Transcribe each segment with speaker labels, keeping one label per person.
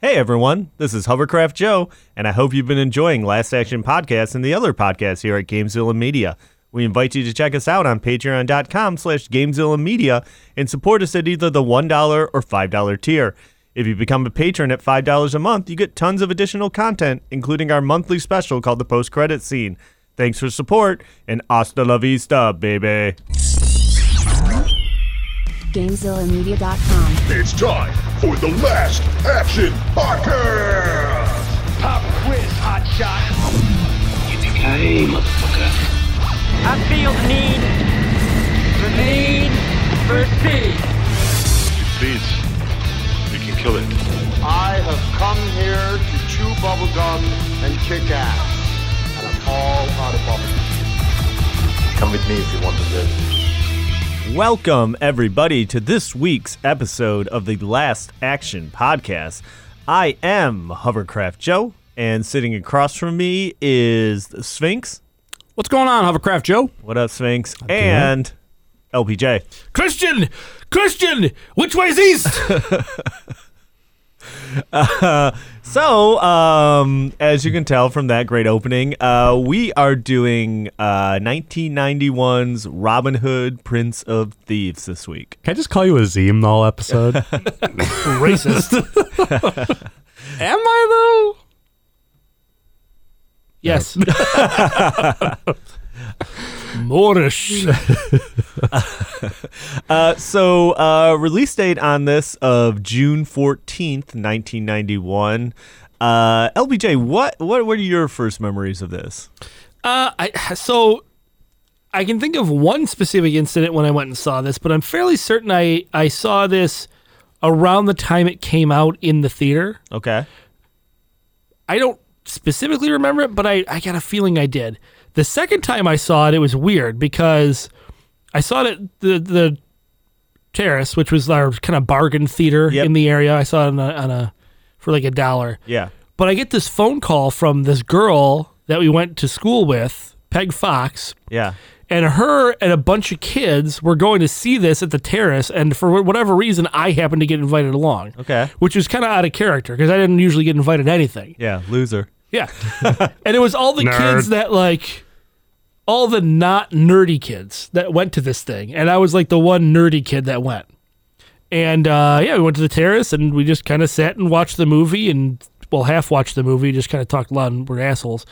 Speaker 1: Hey everyone, this is Hovercraft Joe, and I hope you've been enjoying Last Action Podcast and the other podcasts here at Gamezilla Media. We invite you to check us out on patreon.com slash Gamezilla Media and support us at either the $1 or $5 tier. If you become a patron at $5 a month, you get tons of additional content, including our monthly special called the Post Credit Scene. Thanks for support, and hasta la vista, baby.
Speaker 2: GamezillaMedia.com.
Speaker 3: It's time for the Last Action Podcast!
Speaker 4: Pop quiz, hotshot.
Speaker 5: Hey, motherfucker.
Speaker 4: I feel the need, the need for speed.
Speaker 6: Please, we can kill it.
Speaker 7: I have come here to chew bubblegum and kick ass. And I'm all out of bubblegum.
Speaker 8: Come with me if you want to live.
Speaker 1: Welcome, everybody, to this week's episode of the Last Action Podcast. I am Hovercraft Joe, and sitting across from me is Sphinx.
Speaker 9: What's going on, Hovercraft Joe?
Speaker 1: What up, Sphinx? And LPJ.
Speaker 9: Christian! Christian! Which way's east?
Speaker 1: So, um, as you can tell from that great opening, uh, we are doing uh, 1991's Robin Hood, Prince of Thieves this week.
Speaker 10: Can I just call you a Zeem all episode?
Speaker 9: Racist.
Speaker 10: Am I
Speaker 9: Yes. Moorish.
Speaker 1: Uh, so, uh, release date on this of June 14th, 1991. Uh, LBJ, what, what were your first memories of this?
Speaker 9: Uh, I, so I can think of one specific incident when I went and saw this, but I'm fairly certain I, I saw this around the time it came out in the theater.
Speaker 1: Okay.
Speaker 9: I don't specifically remember it, but I, I got a feeling I did. The second time I saw it, it was weird because I saw it at the the terrace, which was our kind of bargain theater
Speaker 1: Yep.
Speaker 9: in the area. I saw it on a, on a for like a dollar.
Speaker 1: Yeah.
Speaker 9: But I get this phone call from this girl that we went to school with, Peg Fox,
Speaker 1: Yeah.
Speaker 9: and her and a bunch of kids were going to see this at the terrace. And for whatever reason, I happened to get invited along.
Speaker 1: Okay.
Speaker 9: Which is kind of out of character because I didn't usually get invited to anything.
Speaker 1: Yeah. Loser.
Speaker 9: Yeah. and it was all the
Speaker 10: Nerd.
Speaker 9: kids that like all the not nerdy kids that went to this thing. And I was like the one nerdy kid that went. And uh, yeah, we went to the terrace and we just kind of sat and watched the movie and well, half watched the movie, just kind of talked loud and we're assholes.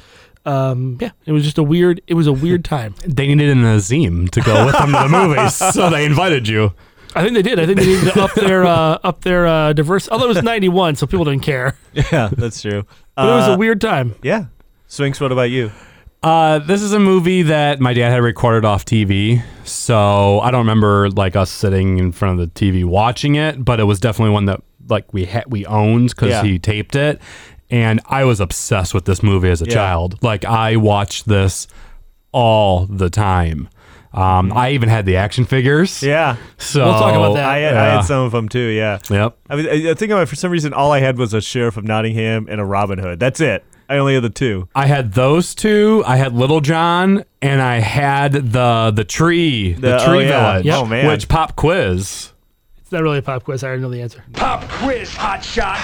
Speaker 9: Um, yeah, it was just a weird. It was a weird time.
Speaker 10: though? They needed an Azim to go with them to the movies, so they invited you.
Speaker 9: I think they did. I think they needed to up their uh, up their uh, diverse. Although it was ninety one, so people didn't care.
Speaker 1: Yeah, that's true.
Speaker 9: But it was
Speaker 1: Uh,
Speaker 9: a weird time.
Speaker 1: Yeah. Sphinx, what about you?
Speaker 10: Uh, this is a movie that my dad had recorded off TV, so I don't remember like us sitting in front of the TV watching it, but it was definitely one that like we ha- we owned because
Speaker 1: Yeah.
Speaker 10: he taped it, and I was obsessed with this movie as a
Speaker 1: Yeah.
Speaker 10: child. Like I watched this all the time. Um, I even had the action figures.
Speaker 1: Yeah. Oh,
Speaker 10: So
Speaker 9: We'll talk about that.
Speaker 1: I had, I
Speaker 10: Yeah.
Speaker 1: had some of them too. Yeah.
Speaker 10: Yep.
Speaker 1: I was I I think about it, for some reason all I had was a sheriff of Nottingham and a Robin Hood. That's it. I only had the two.
Speaker 10: I had those two. I had Little John, and I had the the tree, the,
Speaker 1: The- oh,
Speaker 10: tree
Speaker 1: yeah.
Speaker 10: village,
Speaker 1: Yep. Oh, man.
Speaker 10: which pop quiz.
Speaker 9: It's not really a pop quiz. I already know the answer.
Speaker 4: Pop quiz, hotshot.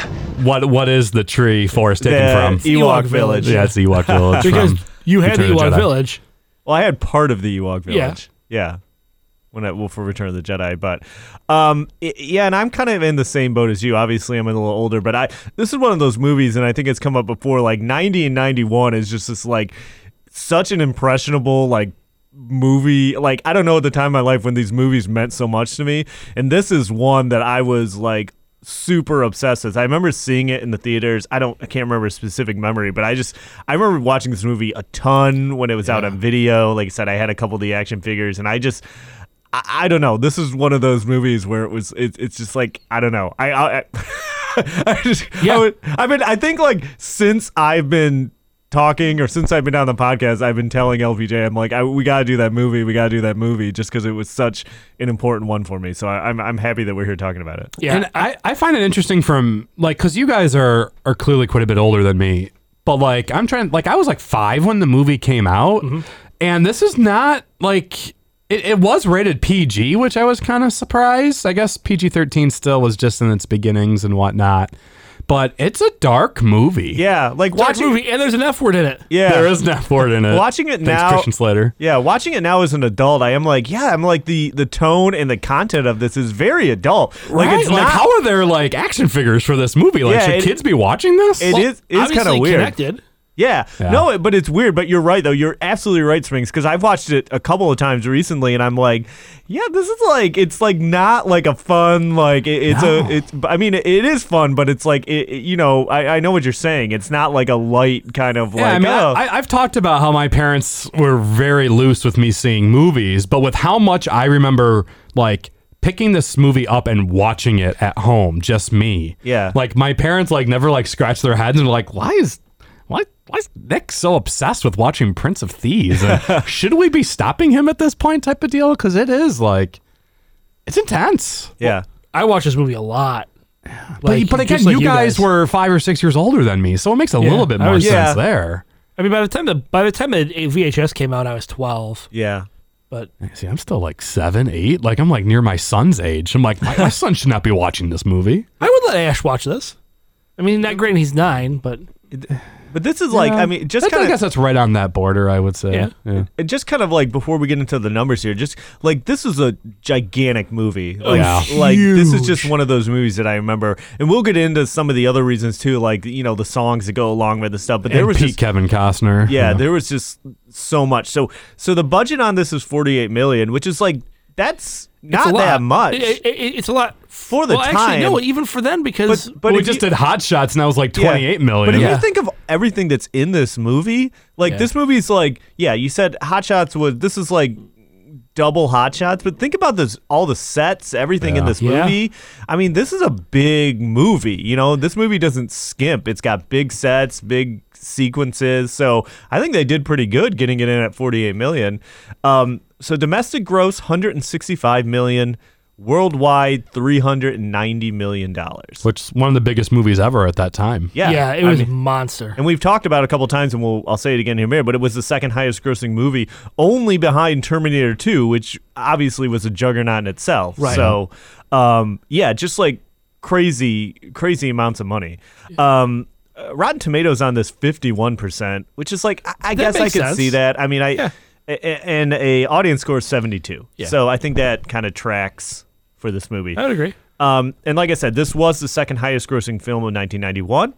Speaker 10: What what is the tree forest taken
Speaker 1: The
Speaker 10: from?
Speaker 1: Ewok,
Speaker 9: Ewok
Speaker 1: Village.
Speaker 9: Village.
Speaker 10: yeah, it's the Ewok village.
Speaker 9: Because
Speaker 10: from
Speaker 9: you had the
Speaker 10: Return of
Speaker 9: Ewok
Speaker 10: Jedi.
Speaker 9: Village.
Speaker 1: Well, I had part of the Ewok
Speaker 9: Yeah.
Speaker 1: Village. Yeah. When I, well, for Return of the Jedi, but um, i yeah, and I'm kind of in the same boat as you. Obviously, I'm a little older, but I this is one of those movies, and I think it's come up before. Like 90 and 91 is just this like such an impressionable like movie. Like I don't know at the time of my life when these movies meant so much to me, and this is one that I was like super obsessed with. I remember seeing it in the theaters. I don't I can't remember a specific memory, but I just I remember watching this movie a ton when it was out on video. Like I said, I had a couple of the action figures and I just I, I don't know. This is one of those movies where it was it, it's just like I don't know. I I, I just I
Speaker 9: Yeah.
Speaker 1: would, I've been I think like since I've been talking or since I've been on the podcast, I've been telling LVJ I'm like I, we got to do that movie, we got to do that movie just cuz it was such an important one for me. So I, I'm I'm happy that we're here talking about it.
Speaker 9: Yeah.
Speaker 10: And I, I find it interesting from like because you guys are are clearly quite a bit older than me, but like I'm trying like I was like five when the movie came out,
Speaker 9: Mm-hmm.
Speaker 10: and this is not like it, it was rated PG, which I was kind of surprised. I guess PG thirteen still was just in its beginnings and whatnot, but it's a dark movie.
Speaker 1: Yeah, like
Speaker 9: Watch
Speaker 1: watching.
Speaker 9: movie, and there's an F word in it.
Speaker 1: Yeah,
Speaker 10: There is an F word in it.
Speaker 1: Watching it
Speaker 10: Thanks,
Speaker 1: now-
Speaker 10: Christian Slater.
Speaker 1: Yeah, watching it now as an adult, I am like, yeah, I'm like the the tone and the content of this is very adult. Like
Speaker 10: Right?
Speaker 1: it's not.
Speaker 10: how are there like action figures for this movie? Like,
Speaker 1: Yeah,
Speaker 10: should
Speaker 1: it-
Speaker 10: kids be watching this?
Speaker 1: it is it is kind
Speaker 9: Obviously
Speaker 1: of weird.
Speaker 9: Connected.
Speaker 1: Yeah.
Speaker 10: Yeah.
Speaker 1: No, it, but it's weird. But you're right, though. You're absolutely right, Springs, because I've watched it a couple of times recently, and I'm like, yeah, this is like, it's like not like a fun, like it, it's
Speaker 10: No.
Speaker 1: a, it's. I mean, it, it is fun, but it's like, it, it- you know, I, I know what you're saying. It's not like a light kind of like.
Speaker 10: Yeah, I mean,
Speaker 1: oh.
Speaker 10: I, I've talked about how my parents were very loose with me seeing movies, but with how much I remember, like picking this movie up and watching it at home, just me.
Speaker 1: Yeah.
Speaker 10: like my parents like never like scratched their heads and were like, why is why why is Nick so obsessed with watching Prince of Thieves? And should we be stopping him at this point, type of deal? Because it is like it's intense.
Speaker 1: yeah.
Speaker 9: I watch this movie a lot. Like,
Speaker 10: but, but again,
Speaker 9: just like
Speaker 10: you, guys were five or six years older than me, so it makes a little bit
Speaker 9: I
Speaker 10: more
Speaker 9: was-
Speaker 1: Yeah.
Speaker 10: sense there.
Speaker 9: I mean, by the time the by the time the VHS came out, I was 12.
Speaker 1: Yeah.
Speaker 9: But
Speaker 10: See, I'm still like seven, eight. Like I'm like near my son's age. I'm like, my, my son should not be watching this movie.
Speaker 9: I would let Ash watch this. I mean, not great. He's nine, but
Speaker 1: But this is like, I mean, just
Speaker 10: That's- I
Speaker 1: kind
Speaker 10: guess
Speaker 1: of,
Speaker 10: that's right on that border. I would say.
Speaker 9: Yeah.
Speaker 1: just kind of like before we get into the numbers here, just like this is a gigantic movie.
Speaker 9: Oh,
Speaker 1: Like,
Speaker 10: yeah.
Speaker 1: like this is just one of those movies that I remember, and we'll get into some of the other reasons too, like you know the songs that go along with the stuff. But there
Speaker 10: And
Speaker 1: was
Speaker 10: Pete
Speaker 1: just
Speaker 10: Kevin Costner.
Speaker 1: yeah, there was just so much. So so the budget on this is 48 million, which is like that's
Speaker 9: It's
Speaker 1: not
Speaker 9: a
Speaker 1: that
Speaker 9: lot.
Speaker 1: much.
Speaker 9: It- it- it- it's a lot
Speaker 1: For the
Speaker 9: well, Actually, no,
Speaker 1: time.
Speaker 9: even for them because
Speaker 1: but
Speaker 10: we
Speaker 1: if
Speaker 10: just
Speaker 1: you-
Speaker 10: did Hot Shots, and I was like
Speaker 1: Yeah.
Speaker 10: 28 million.
Speaker 1: But if
Speaker 9: Yeah.
Speaker 1: you think of everything that's in this movie, like
Speaker 9: Yeah.
Speaker 1: this movie's like, yeah, you said Hot Shots was this is like double Hot Shots, but think about this all the sets, everything in this
Speaker 9: Yeah.
Speaker 1: movie. I mean, this is a big movie. You know, this movie doesn't skimp. It's got big sets, big sequences. So I think they did pretty good getting it in at 48 million. Um, so domestic gross 165 million. Worldwide, three hundred and ninety million dollars.
Speaker 10: which is one of the biggest movies ever at that time.
Speaker 1: Yeah,
Speaker 9: yeah, it
Speaker 1: I
Speaker 9: was
Speaker 1: mean-
Speaker 9: monster.
Speaker 1: and we've talked about it a couple times, and we'll I'll say it again here, in a minute, but it was the second highest grossing movie, only behind Terminator 2, which obviously was a juggernaut in itself.
Speaker 9: Right.
Speaker 1: So, um, yeah, just like crazy, crazy amounts of money. Um, uh, Rotten Tomatoes on this 51%, which is like, I, I guess I
Speaker 9: makes
Speaker 1: could
Speaker 9: sense.
Speaker 1: see that. I mean, I. a- a- And a audience score is 72.
Speaker 9: Yeah.
Speaker 1: So I think that kind of tracks for this movie.
Speaker 9: I would agree.
Speaker 1: Um, and like I said, this was the second highest grossing film of 1991.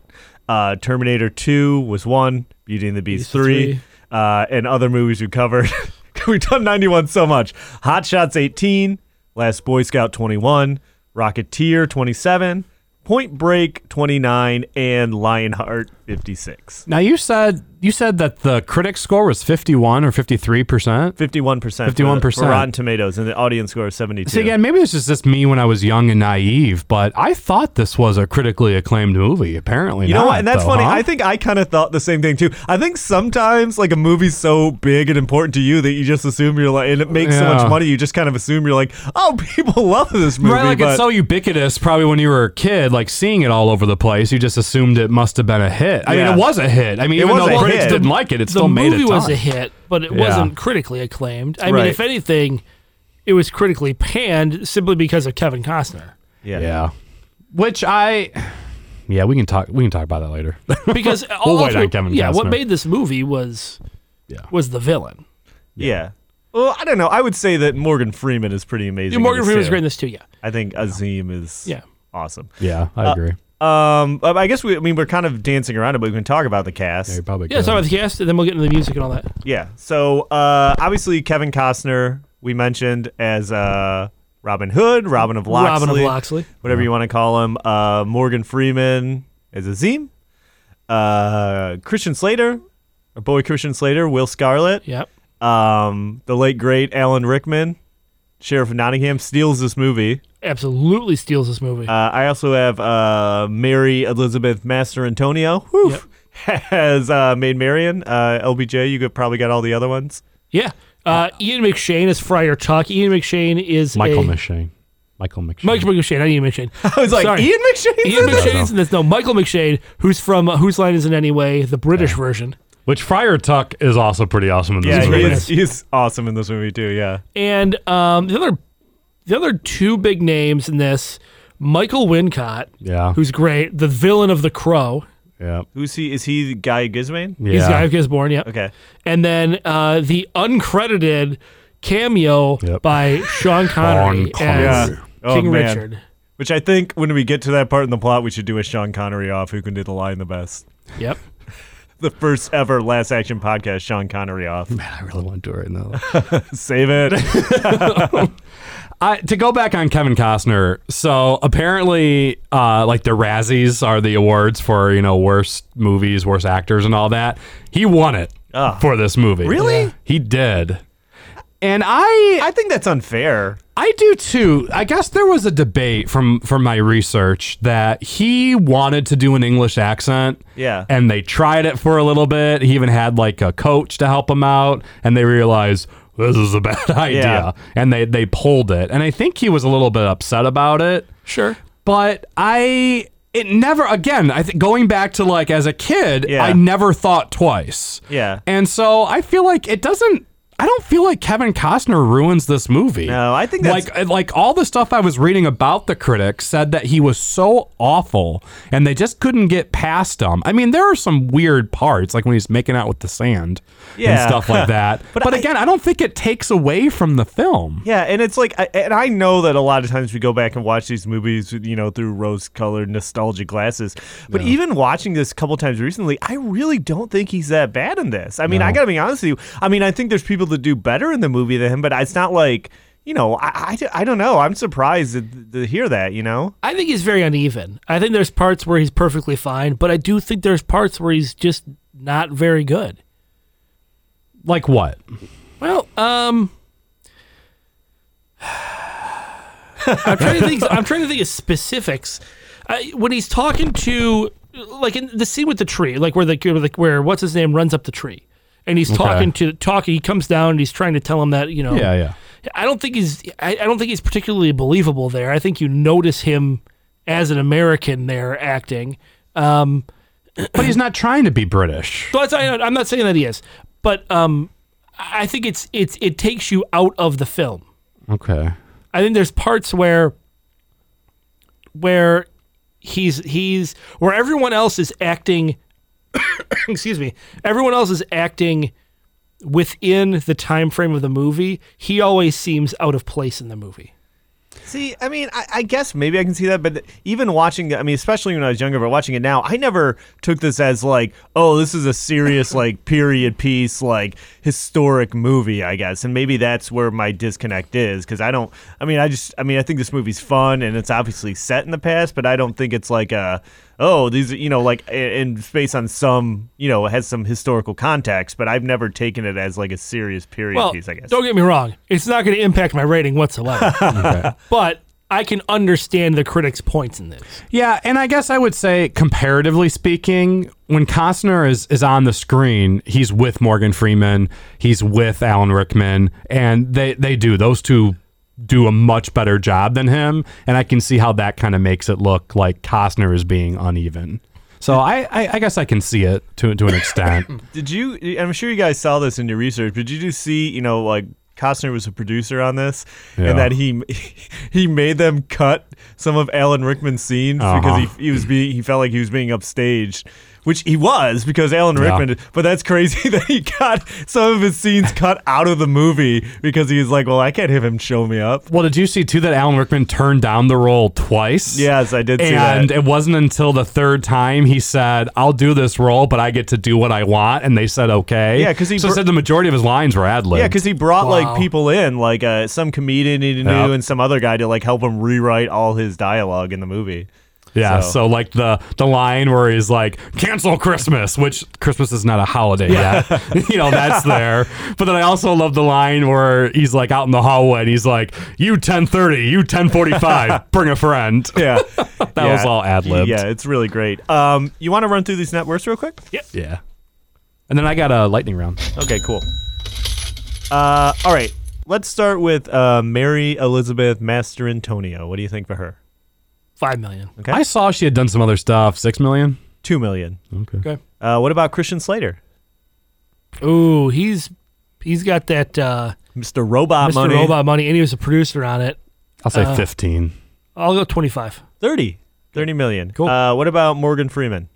Speaker 1: Uh, Terminator 2 was one, Beauty and the Beast,
Speaker 9: Beast
Speaker 1: 3,
Speaker 9: three.
Speaker 1: Uh, and other movies we covered. We've done 91 so much. Hot Shots 18, Last Boy Scout 21, Rocketeer 27, Point Break 29, and Lionheart 56.
Speaker 10: Now you said you said that the critic score was 51 or 53 percent.
Speaker 1: 51%. for-
Speaker 10: 51%.
Speaker 1: For Rotten Tomatoes, and the audience score is 72.
Speaker 10: See, again, maybe this is just me when I was young and naive, but I thought this was a critically acclaimed movie. Apparently,
Speaker 1: You know what?
Speaker 10: not,
Speaker 1: And that's
Speaker 10: though,
Speaker 1: funny.
Speaker 10: huh?
Speaker 1: I think I kind of thought the same thing too. I think sometimes like a movie's so big and important to you that you just assume you're like, and it makes so
Speaker 10: Yeah.
Speaker 1: much money, you just kind of assume you're like, oh, people love this movie.
Speaker 10: Right, like
Speaker 1: but
Speaker 10: it's so ubiquitous. Probably when you were a kid, like seeing it all over the place, you just assumed it must have been a hit. I
Speaker 1: Yeah.
Speaker 10: mean, it was a hit. I mean,
Speaker 1: It
Speaker 10: even
Speaker 1: was
Speaker 10: though
Speaker 1: a
Speaker 10: critics
Speaker 1: hit.
Speaker 10: didn't like it, it
Speaker 9: The
Speaker 10: still made
Speaker 9: movie
Speaker 10: it.
Speaker 9: was a hit, but it
Speaker 10: Yeah.
Speaker 9: wasn't critically acclaimed. I mean,
Speaker 1: Right.
Speaker 9: if anything, it was critically panned simply because of Kevin Costner.
Speaker 1: yeah.
Speaker 10: Yeah, which I, yeah, we can talk. We can talk about that later.
Speaker 9: Because
Speaker 10: We'll
Speaker 9: all
Speaker 10: wait on Kevin
Speaker 9: yeah, what
Speaker 10: Costner.
Speaker 9: made this movie was
Speaker 10: Yeah.
Speaker 9: was the villain.
Speaker 1: Yeah. Well, I don't know. I would say that Morgan Freeman is pretty amazing. in
Speaker 9: Morgan
Speaker 1: this,
Speaker 9: Freeman was
Speaker 1: too.
Speaker 9: great in this too. Yeah,
Speaker 1: I think Azim is
Speaker 9: Yeah.
Speaker 1: awesome.
Speaker 10: yeah,
Speaker 9: Uh,
Speaker 10: I agree.
Speaker 1: Um, I guess we. I mean, we're kind of dancing around it, but we can talk about the cast.
Speaker 10: You're probably
Speaker 9: yeah.
Speaker 10: good.
Speaker 9: Talk about the cast, and then we'll get into the music and all that.
Speaker 1: Yeah. So uh, obviously Kevin Costner we mentioned as uh, Robin Hood, Robin of Loxley,
Speaker 9: Robin of Loxley.
Speaker 1: whatever you want to call him. Uh, Morgan Freeman as Azim. Uh, Christian Slater, our boy Christian Slater, Will Scarlet.
Speaker 9: Yep.
Speaker 1: Um, the late great Alan Rickman, Sheriff of Nottingham, steals this movie.
Speaker 9: Absolutely steals this movie.
Speaker 1: Uh, I also have uh, Mary Elizabeth Master Antonio, who
Speaker 9: Yep.
Speaker 1: has uh, Maid Marian. Uh, LBJ, you could probably got all the other ones.
Speaker 9: Yeah. Uh, Ian McShane is Friar Tuck. Ian McShane is
Speaker 10: Michael
Speaker 9: a,
Speaker 10: McShane. Michael McShane.
Speaker 9: Michael McShane. Not Ian McShane.
Speaker 1: I was like,
Speaker 9: Sorry.
Speaker 1: Ian McShane's
Speaker 9: Ian
Speaker 1: in this?
Speaker 9: McShane's in this. No, Michael McShane, who's from uh, Whose Line Is It Anyway, the British version,
Speaker 10: which Friar Tuck is also pretty awesome in this
Speaker 1: Yeah,
Speaker 10: movie.
Speaker 1: he is, he is awesome in this movie too. Yeah,
Speaker 9: and um, the other the other two big names in this Michael Wincott,
Speaker 10: Yeah.
Speaker 9: who's great, the villain of The Crow.
Speaker 10: Yeah.
Speaker 1: Who's he? Is he Guy Gizmain?
Speaker 10: Yeah.
Speaker 9: He's the guy who gets born, yeah.
Speaker 1: Okay.
Speaker 9: And then uh, the uncredited cameo
Speaker 10: Yep.
Speaker 9: by Sean Connery
Speaker 10: Connery.
Speaker 9: as
Speaker 1: Yeah.
Speaker 9: King
Speaker 1: Oh, man.
Speaker 9: Richard.
Speaker 1: Which I think when we get to that part in the plot, we should do a Sean Connery off. Who can do the line the best?
Speaker 9: Yep.
Speaker 1: The first ever last action podcast, Sean Connery off.
Speaker 10: I really want to do it right now.
Speaker 1: Save it.
Speaker 10: I, to go back on Kevin Costner, so apparently, uh, like the Razzies are the awards for you know worst movies, worst actors, and all that. He won it
Speaker 1: Ah.
Speaker 10: for this movie.
Speaker 1: Really? Yeah.
Speaker 10: He did. And I,
Speaker 1: I think that's unfair.
Speaker 10: I do too. I guess there was a debate from from my research that he wanted to do an English accent.
Speaker 1: Yeah.
Speaker 10: And they tried it for a little bit. He even had like a coach to help him out and they realized this is a bad idea
Speaker 1: Yeah.
Speaker 10: and they they pulled it. And I think he was a little bit upset about it.
Speaker 9: Sure.
Speaker 10: But I it never again, I think going back to like as a kid,
Speaker 1: Yeah.
Speaker 10: I never thought twice.
Speaker 1: Yeah.
Speaker 10: And so I feel like it doesn't. I don't feel like Kevin Costner ruins this movie.
Speaker 1: No, I think that's-
Speaker 10: like like all the stuff I was reading about the critics said that he was so awful, and they just couldn't get past him. I mean, there are some weird parts, like when he's making out with the sand and
Speaker 1: Yeah.
Speaker 10: stuff like that. but
Speaker 1: But I-
Speaker 10: again, I don't think it takes away from the film.
Speaker 1: Yeah, and it's like, I- and I know that a lot of times we go back and watch these movies, you know, through rose-colored nostalgia glasses. But even watching this a couple times recently, I really don't think he's that bad in this. I mean, I gotta be honest with you. I mean, I think there's people that do better in the movie than him, but it's not like, you know, I, I, I don't know. I'm surprised to, to hear that. You know,
Speaker 9: I think he's very uneven. I think there's parts where he's perfectly fine, but I do think there's parts where he's just not very good.
Speaker 10: Like what?
Speaker 9: Well, um, I'm trying to think. I'm trying to think of specifics. I, when he's talking to, like in the scene with the tree, like where the where, the, where what's his name runs up the tree, and he's talking to talking. He comes down and he's trying to tell him that you know.
Speaker 10: Yeah, yeah.
Speaker 9: I don't think he's. I, I don't think he's particularly believable there. I think you notice him as an American there acting. Um,
Speaker 10: But he's not trying to be British.
Speaker 9: so that's, I, I'm not saying that he is, but um, I think it's it's it takes you out of the film.
Speaker 10: Okay.
Speaker 9: I think there's parts where where he's he's where everyone else is acting excuse me everyone else is acting within the time frame of the movie he always seems out of place in the movie
Speaker 1: See, I mean, I, I guess maybe I can see that, but even watching, I mean, especially when I was younger, but watching it now, I never took this as like, oh, this is a serious like period piece, like historic movie, I guess, and maybe that's where my disconnect is because I don't, I mean, I just, I mean, I think this movie's fun and it's obviously set in the past, but I don't think it's like a, oh, these, are you know, like, and it's based on some, you know, it has some historical context, but I've never taken it as like a serious period
Speaker 9: well
Speaker 1: piece, I guess.
Speaker 9: don't get me wrong it's not going to impact my rating whatsoever but i can understand the critics points in this
Speaker 10: Yeah, and I guess I would say, comparatively speaking, when Costner is, is on the screen, he's with Morgan Freeman, he's with Alan Rickman, and they, they do. Those two do a much better job than him, and I can see how that kind of makes it look like Costner is being uneven. So I, I, I guess I can see it to, to an extent.
Speaker 1: Did you? I'm sure you guys saw this in your research, but did you see? You know, like Costner was a producer on this,
Speaker 10: Yeah.
Speaker 1: and that he he made them cut some of Alan Rickman's scenes because he, he was being he felt like he was being upstaged, which he was because Alan Rickman. But that's crazy that he got some of his scenes cut out of the movie because he was like, well, I can't have him show me up.
Speaker 10: well, did you see too that Alan Rickman turned down the role twice?
Speaker 1: Yes, I did see that.
Speaker 10: And it wasn't until the third time he said, "I'll do this role, but I get to do what I want," and they said, "Okay."
Speaker 1: Yeah, 'cause he
Speaker 10: so
Speaker 1: br-
Speaker 10: said the majority of his lines were ad lib.
Speaker 1: Yeah, because he brought
Speaker 9: Wow.
Speaker 1: like people in, like uh, some comedian he knew
Speaker 10: Yep.
Speaker 1: and some other guy to like help him rewrite all his dialogue in the movie.
Speaker 10: yeah. So.
Speaker 1: so-
Speaker 10: like the the line where he's like, "Cancel Christmas," which Christmas is not a holiday yet. you know that's there. But then I also love the line where he's like out in the hallway and he's like, "You ten thirty, you ten forty five, bring a friend."
Speaker 1: Yeah.
Speaker 10: That was all ad libbed.
Speaker 1: Yeah, it's really great. Um, you want to run through these net worths real quick?
Speaker 10: Yeah. And then I got a lightning round.
Speaker 1: Okay, cool. Uh, all right, let's start with uh, Mary Elizabeth Master Antonio. What do you think for her?
Speaker 9: five million
Speaker 1: Okay.
Speaker 10: I saw she had done some other stuff. Six million.
Speaker 1: Two million.
Speaker 9: okay
Speaker 1: Uh, what about Christian Slater?
Speaker 9: ooh he's he's got that uh
Speaker 1: Mr. Robot
Speaker 9: mr
Speaker 1: Money.
Speaker 9: robot money and he was a producer on it
Speaker 10: I'll say fifteen.
Speaker 9: i'll go 25
Speaker 1: 30. 30 million. Cool. Uh, what about Morgan Freeman?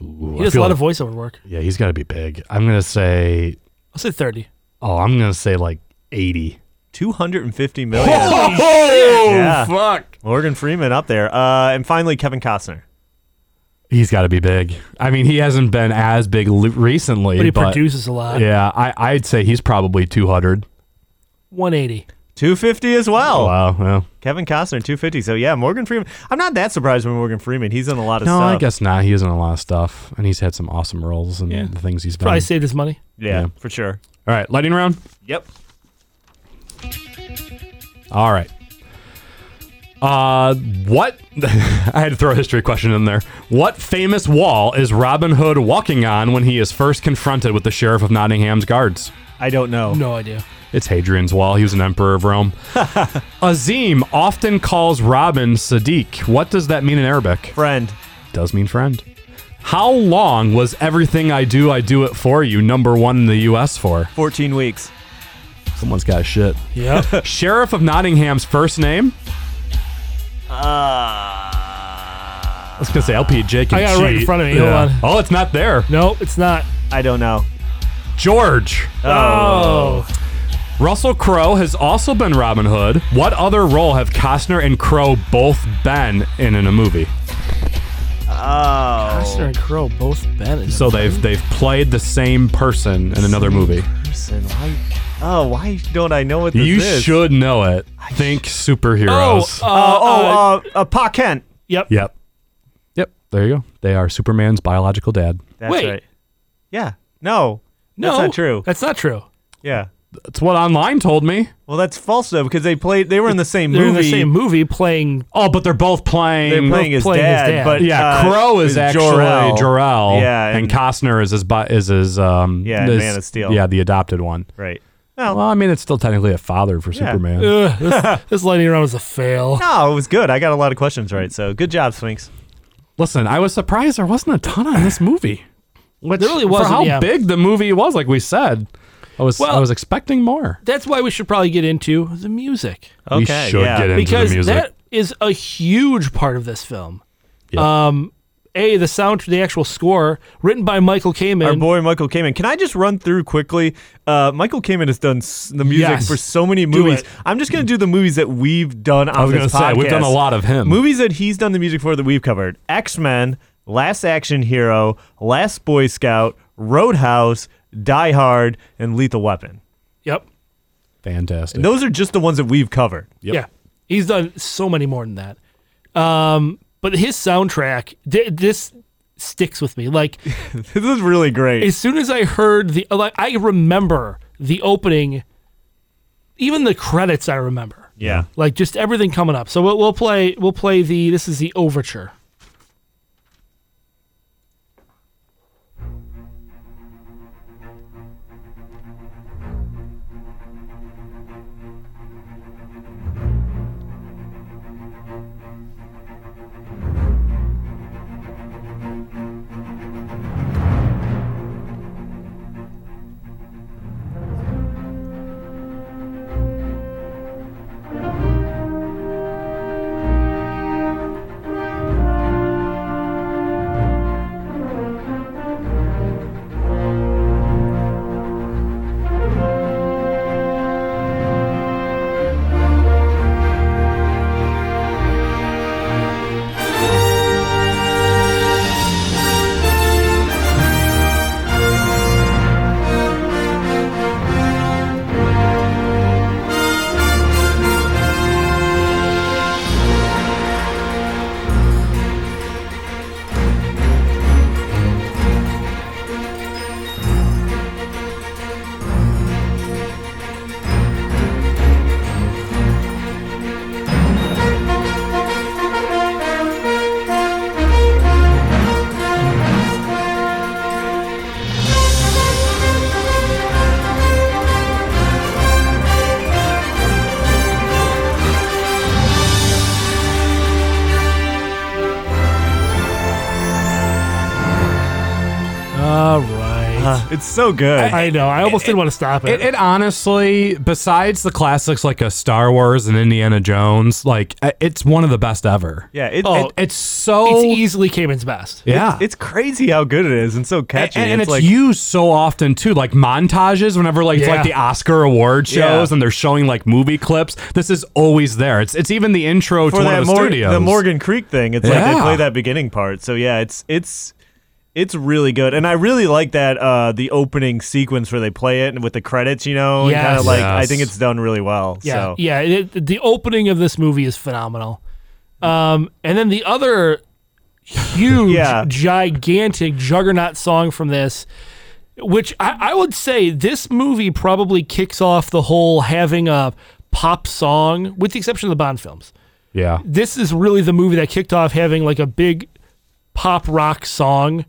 Speaker 10: Ooh,
Speaker 9: He
Speaker 10: I
Speaker 9: does a
Speaker 10: feel
Speaker 9: lot
Speaker 10: like-
Speaker 9: of voiceover work.
Speaker 10: Yeah, he's got to be big. I'm gonna say.
Speaker 9: I'll say 30.
Speaker 10: Oh, I'm gonna say like 80.
Speaker 1: 250 million.
Speaker 9: Oh,
Speaker 1: Yeah.
Speaker 10: Oh, fuck!
Speaker 1: Morgan Freeman up there. Uh, and finally, Kevin Costner.
Speaker 10: He's got to be big. I mean, he hasn't been as big li- recently,
Speaker 9: But he produces a lot.
Speaker 10: Yeah, I, I'd say he's probably 200.
Speaker 9: 180.
Speaker 1: 250 as
Speaker 9: Oh.
Speaker 1: well.
Speaker 10: Wow. Yeah.
Speaker 1: Kevin Costner, 250. So, yeah, Morgan Freeman. I'm not that surprised by Morgan Freeman. He's in a lot of
Speaker 10: No,
Speaker 1: stuff.
Speaker 10: I guess not. He isn't a lot of stuff, and he's had some awesome roles and
Speaker 9: Yeah.
Speaker 10: the things he's been.
Speaker 9: Probably saved his money.
Speaker 1: Yeah,
Speaker 10: Yeah.
Speaker 1: for sure.
Speaker 10: All right, lightning round.
Speaker 1: Yep.
Speaker 10: All right. Uh, what? I had to throw a history question in there. What famous wall is Robin Hood walking on when he is first confronted with the sheriff of Nottingham's guards?
Speaker 1: I don't know.
Speaker 9: No idea.
Speaker 10: It's Hadrian's Wall. He was an emperor of Rome. Azim often calls Robin Sadiq. What does that mean in Arabic?
Speaker 1: Friend.
Speaker 10: Does mean friend. How long was Everything I Do, I Do It For You number one in the U.S. for?
Speaker 1: 14 weeks.
Speaker 10: Someone's got shit.
Speaker 9: Yeah.
Speaker 10: Sheriff of Nottingham's first name?
Speaker 1: Uh,
Speaker 10: I was gonna say LP Jake. And
Speaker 9: I got it right in
Speaker 10: cheat.
Speaker 9: front of me. Hold on.
Speaker 10: Oh, it's not there.
Speaker 9: no, it's not.
Speaker 1: I don't know.
Speaker 10: George.
Speaker 9: Oh.
Speaker 10: Russell Crowe has also been Robin Hood. What other role have Costner and Crowe both been in in a movie?
Speaker 1: Oh.
Speaker 9: Costner and Crow both been in
Speaker 10: So they've they've played the same person in another movie.
Speaker 1: Person, why? Oh, why don't I know what this
Speaker 10: You
Speaker 1: is?
Speaker 10: should know it. Think
Speaker 9: Oh,
Speaker 10: superheroes.
Speaker 9: uh,
Speaker 1: Uh,
Speaker 9: oh,
Speaker 1: oh, uh, uh, Pa Kent.
Speaker 9: yep.
Speaker 10: Yep. Yep. There you go. They are Superman's biological dad.
Speaker 1: That's
Speaker 9: Wait.
Speaker 1: right. Yeah. No.
Speaker 9: No,
Speaker 1: That's not true.
Speaker 9: That's not true.
Speaker 1: Yeah.
Speaker 10: That's what online told me.
Speaker 1: Well, that's false though because they played. They were in the same
Speaker 9: They're
Speaker 1: movie.
Speaker 9: in the same movie playing.
Speaker 10: Oh, but they're both playing.
Speaker 1: They're playing, his,
Speaker 9: playing his
Speaker 1: dad,
Speaker 9: dad.
Speaker 1: But
Speaker 10: Yeah,
Speaker 1: uh,
Speaker 10: Crow is actually
Speaker 1: Jor-El.
Speaker 10: Jor-El,
Speaker 1: Yeah,
Speaker 10: and,
Speaker 1: and-
Speaker 10: Costner is his bu- is his um
Speaker 1: Yeah, in
Speaker 10: his-
Speaker 1: Man of Steel.
Speaker 10: Yeah, the adopted one.
Speaker 1: Right.
Speaker 10: Well, I mean, it's still technically a father for
Speaker 1: Yeah.
Speaker 10: Superman.
Speaker 9: Ugh, this, this lightning round was a fail.
Speaker 1: No, it was good. I got a lot of questions right. So good job, Sphinx.
Speaker 10: Listen, I was surprised there wasn't a ton on this movie. Which,
Speaker 9: There really
Speaker 10: for
Speaker 9: wasn't,
Speaker 10: how
Speaker 9: yeah.
Speaker 10: big the movie was, like we said. I was I
Speaker 9: Well-
Speaker 10: was expecting more.
Speaker 9: That's why we should probably get into the music.
Speaker 1: Okay. yeah.
Speaker 9: because that is a huge part of this film.
Speaker 10: Yeah.
Speaker 9: Um, a the sound, the actual score written by Michael Kamen.
Speaker 1: Our boy Michael Kamen. Can I just run through quickly? Uh, Michael Kamen has done s- the music
Speaker 9: Yes.
Speaker 1: for so many movies.
Speaker 9: it.
Speaker 1: I'm just gonna do the movies that we've done on
Speaker 10: I was
Speaker 1: this
Speaker 10: gonna say we've done a
Speaker 1: podcast.
Speaker 10: lot of him.
Speaker 1: Movies that he's done the music for that we've covered: X Men, Last Action Hero, Last Boy Scout, Roadhouse, Die Hard, and Lethal Weapon.
Speaker 9: Yep.
Speaker 10: Fantastic.
Speaker 1: Those are just the ones that we've covered.
Speaker 9: Yeah. He's done so many more than that. Um, but his soundtrack, th- this sticks with me. Like
Speaker 1: this is really great.
Speaker 9: as soon as I heard the, like I remember the opening, even the credits. I remember.
Speaker 1: yeah.
Speaker 9: like just everything coming up. So we'll, we'll play we'll play the this is the overture. All right.
Speaker 1: It's so good.
Speaker 9: I know. I almost didn't want to stop it.
Speaker 10: It, it honestly, besides the classics like a Star Wars and Indiana Jones, like I- it's one of the best ever.
Speaker 1: yeah, it,
Speaker 9: Oh,
Speaker 1: it-
Speaker 10: It's so
Speaker 9: it's e- easily Cayman's best.
Speaker 10: yeah.
Speaker 1: it's crazy how good it is and so catchy.
Speaker 10: and, and
Speaker 1: it's,
Speaker 10: it's,
Speaker 1: like
Speaker 10: used so often too, like montages. Whenever like it's
Speaker 9: Yeah.
Speaker 10: like the Oscar award
Speaker 1: Yeah.
Speaker 10: shows and they're showing like movie clips, this is always there. It's it's even the intro
Speaker 1: for
Speaker 10: to one
Speaker 1: that
Speaker 10: of the
Speaker 1: Mor-
Speaker 10: studios.
Speaker 1: the Morgan Creek thing. It's like they
Speaker 10: Yeah.
Speaker 1: play that beginning part. So yeah, it's it's it's really good, and I really like that uh, the opening sequence where they play it and with the credits. You know, and kind
Speaker 9: Yes.
Speaker 1: of like I
Speaker 10: Yes.
Speaker 1: think it's done really well.
Speaker 9: Yeah,
Speaker 1: so.
Speaker 9: yeah. It, the opening of this movie is phenomenal, um, and then the other huge,
Speaker 1: Yeah.
Speaker 9: gigantic juggernaut song from this, which I, I would say this movie probably kicks off the whole having a pop song, with the exception of the Bond films.
Speaker 10: Yeah,
Speaker 9: This is really the movie that kicked off having like a big pop rock song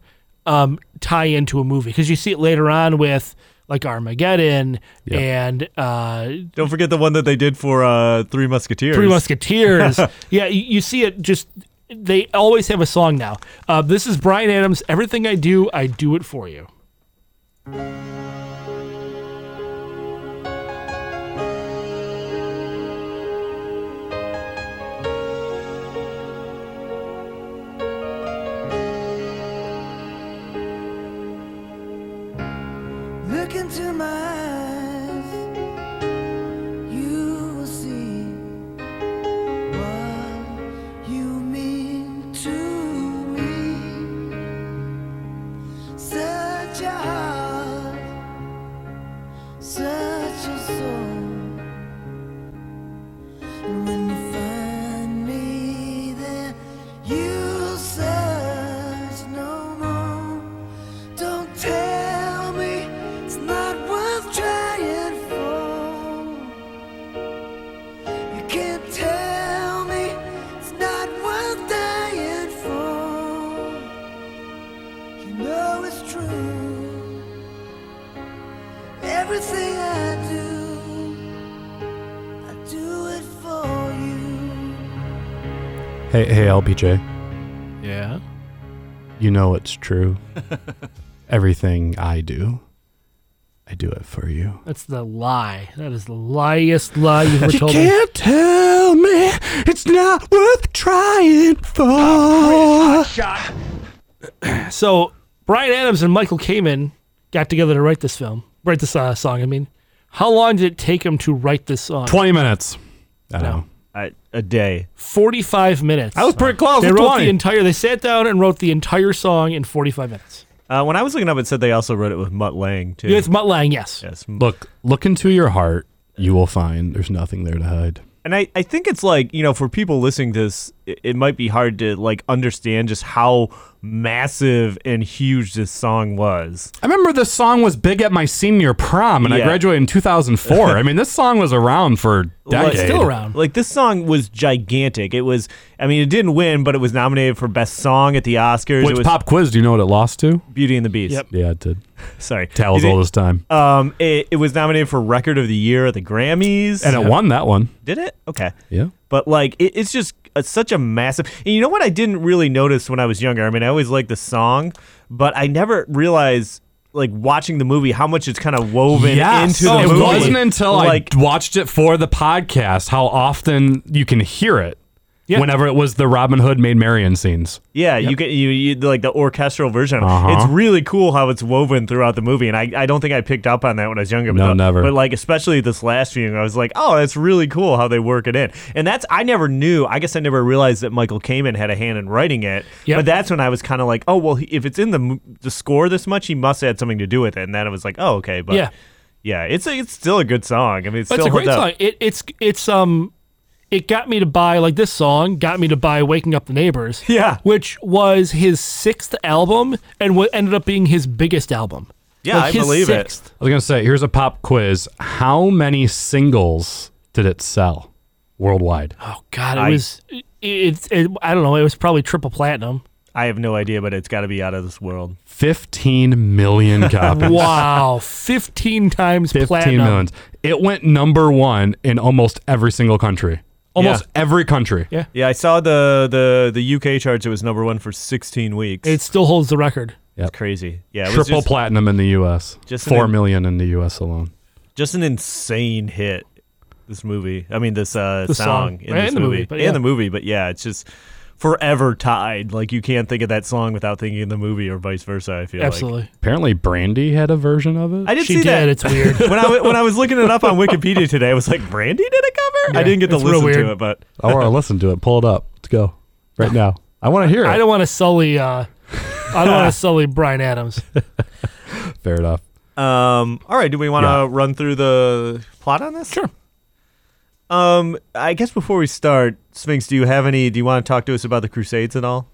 Speaker 9: um, tie into a movie because you see it later on with like Armageddon and uh,
Speaker 1: Don't forget the one that they did for uh, Three Musketeers.
Speaker 9: Three Musketeers. yeah, you, you see it just. They always have a song now. Uh, this is Brian Adams. Everything I do, I do it for you.
Speaker 11: Look into my eyes, you will see what you mean to me. Such a heart, such a soul. And when you find me there, you'll search no more. Don't tell me it's not worth trying for. You can't tell me it's not worth dying for. You know it's true. Everything I do, I do it for you.
Speaker 10: Hey, hey, LBJ,
Speaker 9: Yeah.
Speaker 10: you know it's true. Everything I do, I do it for you.
Speaker 9: That's the lie. That is the liest lie you've ever told me.
Speaker 10: Can't tell me it's not worth trying
Speaker 1: Oh,
Speaker 10: for.
Speaker 9: So Brian Adams and Michael Kamen got together to write this film, write this uh, song. I mean, how long did it take him to write this song?
Speaker 10: Twenty minutes. I
Speaker 9: No.
Speaker 10: know.
Speaker 1: I, a day.
Speaker 9: Forty-five minutes.
Speaker 10: I was pretty close.
Speaker 9: They
Speaker 10: to
Speaker 9: wrote
Speaker 10: 20.
Speaker 9: the entire. They sat down and wrote the entire song in forty-five minutes.
Speaker 1: Uh, when I was looking up, it said they also wrote it with Mutt Lang too.
Speaker 9: It's Mutt Lang. Yes.
Speaker 1: Yes.
Speaker 10: Look, look into your heart. You will find there's nothing there to hide.
Speaker 1: and I, I think it's like you know for people listening to this it, it might be hard to like understand just how massive and huge this song was
Speaker 10: I remember this song was big at my senior prom, and I
Speaker 1: Yeah.
Speaker 10: graduated in 2004. I mean, this song was around for
Speaker 1: Like-
Speaker 10: decades.
Speaker 9: Still around.
Speaker 1: like this song was gigantic it was i mean it didn't win but it was nominated for best song at the oscars it
Speaker 10: Which
Speaker 1: was
Speaker 10: pop quiz? Do you know what it lost to?
Speaker 1: beauty and the beast
Speaker 9: Yep.
Speaker 10: Yeah, it did.
Speaker 1: sorry
Speaker 10: Towels
Speaker 1: It-
Speaker 10: all this time,
Speaker 1: um it, it was nominated for record of the year at the grammys
Speaker 10: and it won that one.
Speaker 1: did it okay
Speaker 10: Yeah.
Speaker 1: But like, it, it's just a, such a massive. And you know what? I didn't really notice when I was younger. I mean, I always liked the song, but I never realized, like, watching the movie, how much it's kind of woven
Speaker 10: Yes. Oh,
Speaker 1: into the
Speaker 10: it
Speaker 1: movie.
Speaker 10: wasn't until
Speaker 1: like,
Speaker 10: I watched it for the podcast how often you can hear it.
Speaker 9: Yeah.
Speaker 10: Whenever it was the Robin Hood made Marian scenes.
Speaker 1: yeah, you get you, you like the orchestral version.
Speaker 10: Uh-huh.
Speaker 1: It's really cool how it's woven throughout the movie, and I, I don't think I picked up on that when I was younger. But
Speaker 10: No,
Speaker 1: the-
Speaker 10: never.
Speaker 1: But like, especially this last viewing, I was like, oh, that's really cool how they work it in. And that's I never knew. I guess I never realized that Michael Kamen had a hand in writing it.
Speaker 9: Yep.
Speaker 1: But that's when I was kind of like, oh well, he, if it's in the m- the score this much, he must have had something to do with it. And then I was like, oh okay, but
Speaker 9: Yeah.
Speaker 1: yeah, it's a, it's still a good song. I mean, it's
Speaker 9: But
Speaker 1: still
Speaker 9: it's a great
Speaker 1: holds up.
Speaker 9: song. It, it's it's um, it got me to buy like this song got me to buy "Waking Up the Neighbors."
Speaker 1: Yeah.
Speaker 9: which was his sixth album and what ended up being his biggest album.
Speaker 1: Yeah,
Speaker 9: Like,
Speaker 1: I
Speaker 9: his
Speaker 1: believe
Speaker 9: sixth.
Speaker 1: it.
Speaker 10: I was gonna say, here's a pop quiz. How many singles did it sell worldwide?
Speaker 9: Oh God, it
Speaker 1: I-
Speaker 9: was. It, it, it- I don't know. It was probably triple platinum.
Speaker 1: I have no idea, but it's got to be out of this world.
Speaker 10: 15 million copies.
Speaker 9: Wow, fifteen times
Speaker 10: 15
Speaker 9: platinum.
Speaker 10: millions. It went number one in almost every single country. Almost every country.
Speaker 9: Yeah.
Speaker 1: Yeah, I saw the the the UK charts. It was number one for 16 weeks.
Speaker 9: It still holds the record.
Speaker 10: Yep.
Speaker 1: It's crazy. Yeah, it was
Speaker 10: Triple
Speaker 1: just-
Speaker 10: platinum in the U.S.
Speaker 1: Just an
Speaker 10: four
Speaker 1: in-
Speaker 10: million in the U.S. alone.
Speaker 1: just an insane hit. This movie, I mean, this uh,
Speaker 9: The
Speaker 1: song,
Speaker 9: song.
Speaker 1: in
Speaker 9: And
Speaker 1: this
Speaker 9: the movie,
Speaker 1: movie,
Speaker 9: but
Speaker 1: and
Speaker 9: yeah.
Speaker 1: the movie, but yeah, it's just forever tied. Like you can't think of that song without thinking of the movie, or vice versa. I feel
Speaker 9: Absolutely.
Speaker 10: Apparently, Brandy had a version of it.
Speaker 1: Like. I did
Speaker 9: She
Speaker 1: see that.
Speaker 9: did, it's weird.
Speaker 1: when I w- when I was looking it up on Wikipedia today, I was like, "Brandy did a cover." I
Speaker 9: Yeah,
Speaker 1: didn't get to
Speaker 9: it's real
Speaker 1: listen to
Speaker 9: weird.
Speaker 1: it, but
Speaker 10: I want to listen to it. Pull it up. Let's go right now. I want to hear it.
Speaker 9: I don't want to sully. Uh, I don't want to sully Brian Adams.
Speaker 10: Fair enough.
Speaker 1: Um, all right. Do we want to run through the plot on this? Sure. Um, I guess before we start, Sphinx, do you have any? Do you want to talk to us about the Crusades at all?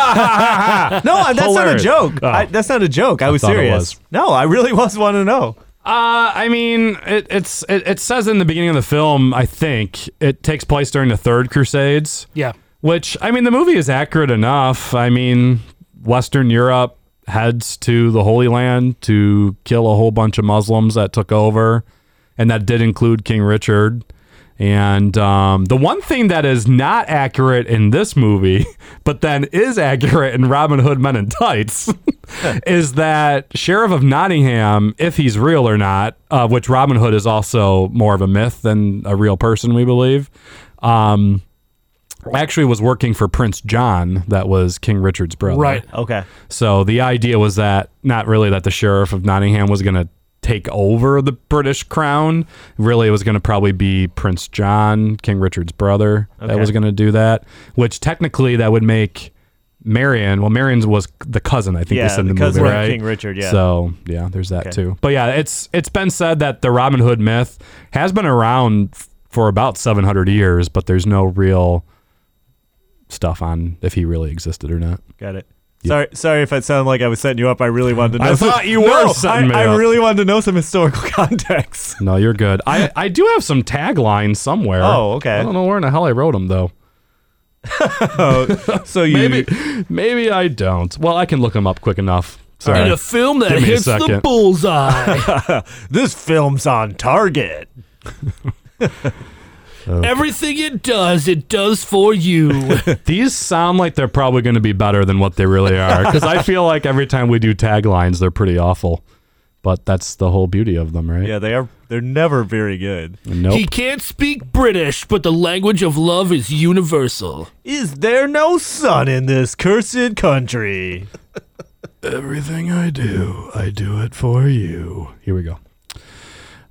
Speaker 1: no, I- that's not a
Speaker 10: Hilarious.
Speaker 1: joke. I, that's not a joke. Oh. I, was
Speaker 10: thought it
Speaker 1: serious.
Speaker 10: was.
Speaker 1: No, I really was want to know.
Speaker 10: Uh, I mean, it, it's it, it says in the beginning of the film. I think it takes place during the Third Crusades.
Speaker 9: Yeah.
Speaker 10: Which I mean, the movie is accurate enough. I mean, Western Europe heads to the Holy Land to kill a whole bunch of Muslims that took over, and that did include King Richard. And um, the one thing that is not accurate in this movie, but then is accurate in Robin Hood Men in Tights, is that Sheriff of Nottingham, if he's real or not, uh, which Robin Hood is also more of a myth than a real person, we believe. Um, actually was working for Prince John, that was King Richard's brother.
Speaker 9: Right.
Speaker 1: Okay.
Speaker 10: So the idea was that not really that the sheriff of Nottingham was going to take over the British crown. Really, it was going to probably be Prince John, King Richard's brother, that
Speaker 1: Okay.
Speaker 10: was going to do that. Which technically that would make Marion. Well, Marion's was the cousin, I think
Speaker 1: Yeah,
Speaker 10: they said in
Speaker 1: the
Speaker 10: the,
Speaker 1: cousin
Speaker 10: movie,
Speaker 1: of
Speaker 10: right?
Speaker 1: King Richard, yeah.
Speaker 10: So yeah, there's that
Speaker 1: Okay.
Speaker 10: too. But yeah, it's it's been said that the Robin Hood myth has been around f- for about 700 years, but there's no real stuff on if he really existed or not.
Speaker 1: Got it. Sorry, sorry if it sounded like I was setting you up. I really wanted to know.
Speaker 10: I
Speaker 1: some-
Speaker 10: thought you
Speaker 1: No,
Speaker 10: were setting me
Speaker 1: I, I
Speaker 10: up.
Speaker 1: really wanted to know some historical context.
Speaker 10: No, you're good. I, I do have some taglines somewhere.
Speaker 1: Oh, okay.
Speaker 10: I don't know where in the hell I wrote them though.
Speaker 1: So you
Speaker 10: Maybe maybe I don't. Well, I can look them up quick enough. Sorry.
Speaker 9: In a film that
Speaker 10: Give me a
Speaker 9: hits the
Speaker 10: second.
Speaker 9: bullseye,
Speaker 1: this film's on target.
Speaker 9: everything it does, it does for you.
Speaker 10: These sound like they're probably going to be better than what they really are because I feel like every time we do taglines, they're pretty awful. But that's the whole beauty of them, right?
Speaker 1: Yeah, they are. They're never very good.
Speaker 10: Nope.
Speaker 9: He can't speak British, but the language of love is universal.
Speaker 1: Is there no sun in this cursed country?
Speaker 10: Everything I do, I do it for you. Here we go.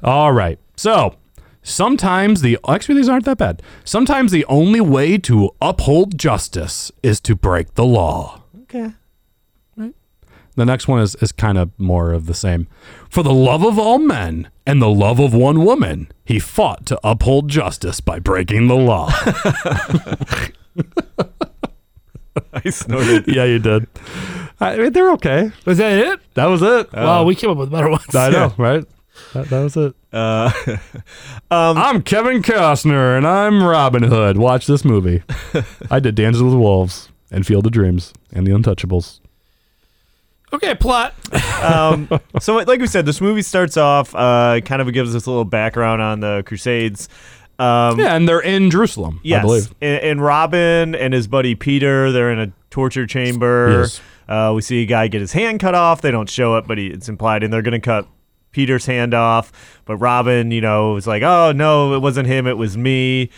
Speaker 10: All right. So sometimes the actually these aren't that bad. Sometimes the only way to uphold justice is to break the law.
Speaker 1: Okay.
Speaker 10: The next one is, is kind of more of the same. For the love of all men and the love of one woman, he fought to uphold justice by breaking the law.
Speaker 1: I snorted.
Speaker 10: yeah, you did. I mean, they're okay.
Speaker 9: Was that it?
Speaker 10: That was it.
Speaker 9: wow, Oh, we came up with better ones.
Speaker 10: Uh, I know, right? That, that was it.
Speaker 1: Uh,
Speaker 10: I'm Kevin Costner and I'm Robin Hood. Watch this movie. I did Dances with Wolves and Field of Dreams and The Untouchables.
Speaker 9: Okay, plot.
Speaker 1: um, so, like we said, this movie starts off uh, kind of gives us a little background on the Crusades. Um,
Speaker 10: Yeah, and they're in Jerusalem, I
Speaker 1: Yes.
Speaker 10: believe.
Speaker 1: And, and Robin and his buddy Peter, they're in a torture chamber.
Speaker 10: Yes.
Speaker 1: Uh, we see a guy get his hand cut off. They don't show it, but he, it's implied, and they're going to cut Peter's hand off. But Robin, you know, is like, oh, no, it wasn't him, it was me.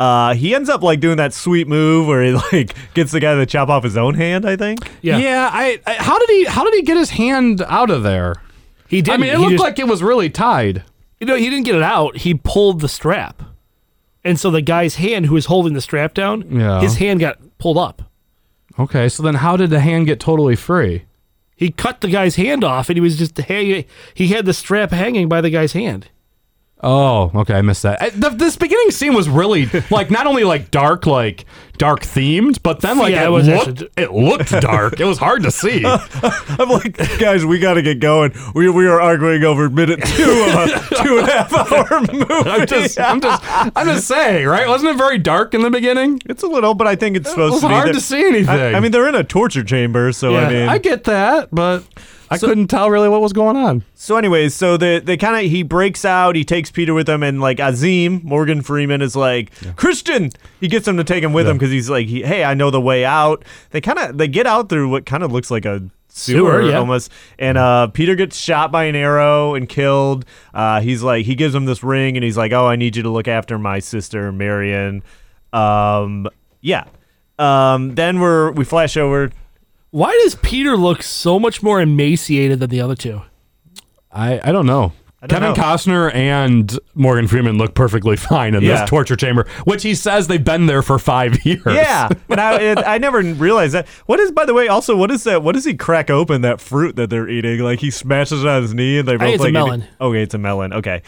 Speaker 1: Uh, he ends up like doing that sweet move where he like gets the guy to chop off his own hand. I think.
Speaker 9: Yeah.
Speaker 10: I, I how did he how did he get his hand out of there?
Speaker 9: He did.
Speaker 10: I mean, it
Speaker 9: he
Speaker 10: looked
Speaker 9: just-
Speaker 10: like it was really tied.
Speaker 9: you know he didn't get it out. He pulled the strap, and so the guy's hand, who was holding the strap down,
Speaker 10: Yeah.
Speaker 9: his hand got pulled up.
Speaker 10: Okay, so then how did the hand get totally free?
Speaker 9: He cut the guy's hand off, and he was just hanging. He had the strap hanging by the guy's hand.
Speaker 10: Oh, okay, I missed that. I, the, this beginning scene was really like not only like dark, like dark themed, but then like
Speaker 9: Yeah,
Speaker 10: it,
Speaker 9: it was
Speaker 10: looked
Speaker 9: actually-
Speaker 10: it looked dark. it was hard to see.
Speaker 1: I'm like, guys, we got to get going. We, we are arguing over minute two of a two and a half hour movie.
Speaker 10: I'm just, I'm just, I'm just saying, right? Wasn't it very dark in the beginning?
Speaker 1: It's a little, but I think it's
Speaker 10: It
Speaker 1: supposed
Speaker 10: was
Speaker 1: to be
Speaker 10: hard
Speaker 1: that-
Speaker 10: to see anything.
Speaker 1: I, I mean, they're in a torture chamber, so I mean,
Speaker 10: I get that, but I couldn't tell really what was going on.
Speaker 1: so anyways, so they they kind of he breaks out, he takes Peter with him, and like Azim Morgan Freeman is like Christian, he gets him to take him with him because he's like, he, "Hey, I know the way out." They kind of they get out through what kind of looks like a sewer,
Speaker 9: Sewer, yeah.
Speaker 1: almost, and uh, Peter gets shot by an arrow and killed. Uh, he's like, he gives him this ring, and he's like, "Oh, I need you to look after my sister Marion." Um, yeah. Um, then we're we flash over.
Speaker 9: Why does Peter look so much more emaciated than the other two?
Speaker 10: I, I don't know.
Speaker 1: don't
Speaker 10: Kevin
Speaker 1: know.
Speaker 10: Costner and Morgan Freeman look perfectly fine in
Speaker 1: Yeah.
Speaker 10: this torture chamber, which he says they've been there for five years.
Speaker 1: Yeah, and I it, I never realized that. What is by the way? Also, what is that? What does he crack open that fruit that they're eating? Like he smashes it on his knee, and they both
Speaker 9: it's a
Speaker 1: like eat it.
Speaker 9: melon.
Speaker 1: Okay, it's a melon. Okay,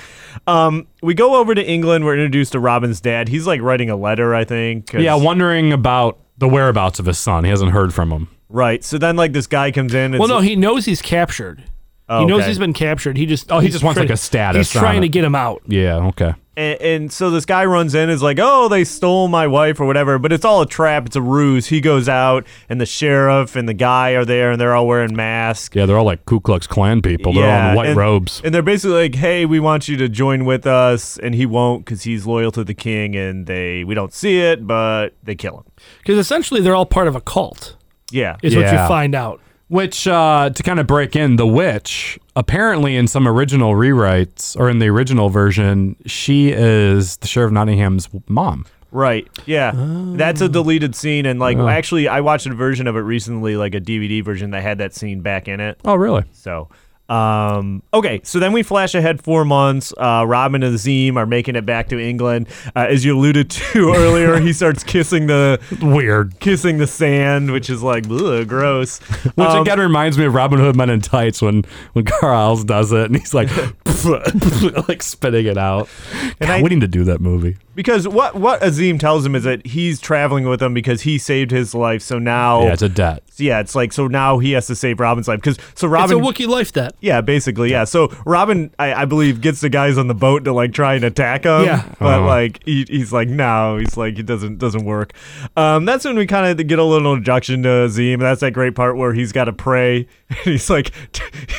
Speaker 1: um, we go over to England. We're introduced to Robin's dad. He's like writing a letter, I think. 'cause-
Speaker 10: Yeah, wondering about the whereabouts of his son. He hasn't heard from him.
Speaker 1: right. So then, like this guy comes in. It's,
Speaker 9: Well, no, he knows he's captured.
Speaker 1: Oh,
Speaker 9: He knows
Speaker 1: okay.
Speaker 9: he's been captured. He just
Speaker 10: Oh, he
Speaker 9: he's
Speaker 10: just wants,
Speaker 9: trying-
Speaker 10: like, a status
Speaker 9: He's
Speaker 10: on
Speaker 9: trying to
Speaker 10: it.
Speaker 9: get him out.
Speaker 10: Yeah, okay.
Speaker 1: and, and so this guy runs in is like oh they stole my wife or whatever but it's all a trap it's a ruse he goes out and the sheriff and the guy are there and they're all wearing masks
Speaker 10: Yeah, they're all like Ku Klux Klan people. They're all in white
Speaker 1: and,
Speaker 10: robes.
Speaker 1: and they're basically like hey we want you to join with us and he won't because he's loyal to the king and they we don't see it but they kill him
Speaker 9: Because essentially they're all part of a cult,
Speaker 1: yeah
Speaker 9: is what you
Speaker 10: Yeah.
Speaker 9: find out.
Speaker 10: Which, uh, to kind of break in, the witch, apparently in some original rewrites or in the original version, she is the Sheriff of Nottingham's mom.
Speaker 1: Right. Yeah. That's a deleted scene and like actually I watched a version of it recently like a DVD version that had that scene back in it.
Speaker 10: Oh, really?
Speaker 1: So, um, okay. So then we flash ahead four months. Uh, Robin and Zim are making it back to England. Uh, as you alluded to earlier, he starts kissing the
Speaker 10: Weird.
Speaker 1: kissing the sand, which is like ugh, gross.
Speaker 10: Which
Speaker 1: Um,
Speaker 10: again reminds me of Robin Hood Men in Tights when when Carl does it and he's like like spitting it out. God,
Speaker 1: I-
Speaker 10: we need to do that movie.
Speaker 1: because what what Azim tells him is that he's traveling with him because he saved his life. So now,
Speaker 10: Yeah, it's a debt.
Speaker 1: yeah, it's like so now he has to save Robin's life because so Robin
Speaker 9: it's a Wookiee life that.
Speaker 1: Yeah, basically, yeah. So Robin, I, I believe, gets the guys on the boat to like try and attack him.
Speaker 9: Yeah.
Speaker 1: but
Speaker 10: Uh-huh.
Speaker 1: like he, he's like, no, he's like, it doesn't doesn't work. Um, that's when we kind of get a little introduction to Zim. That's that great part where he's got to pray, and he's like,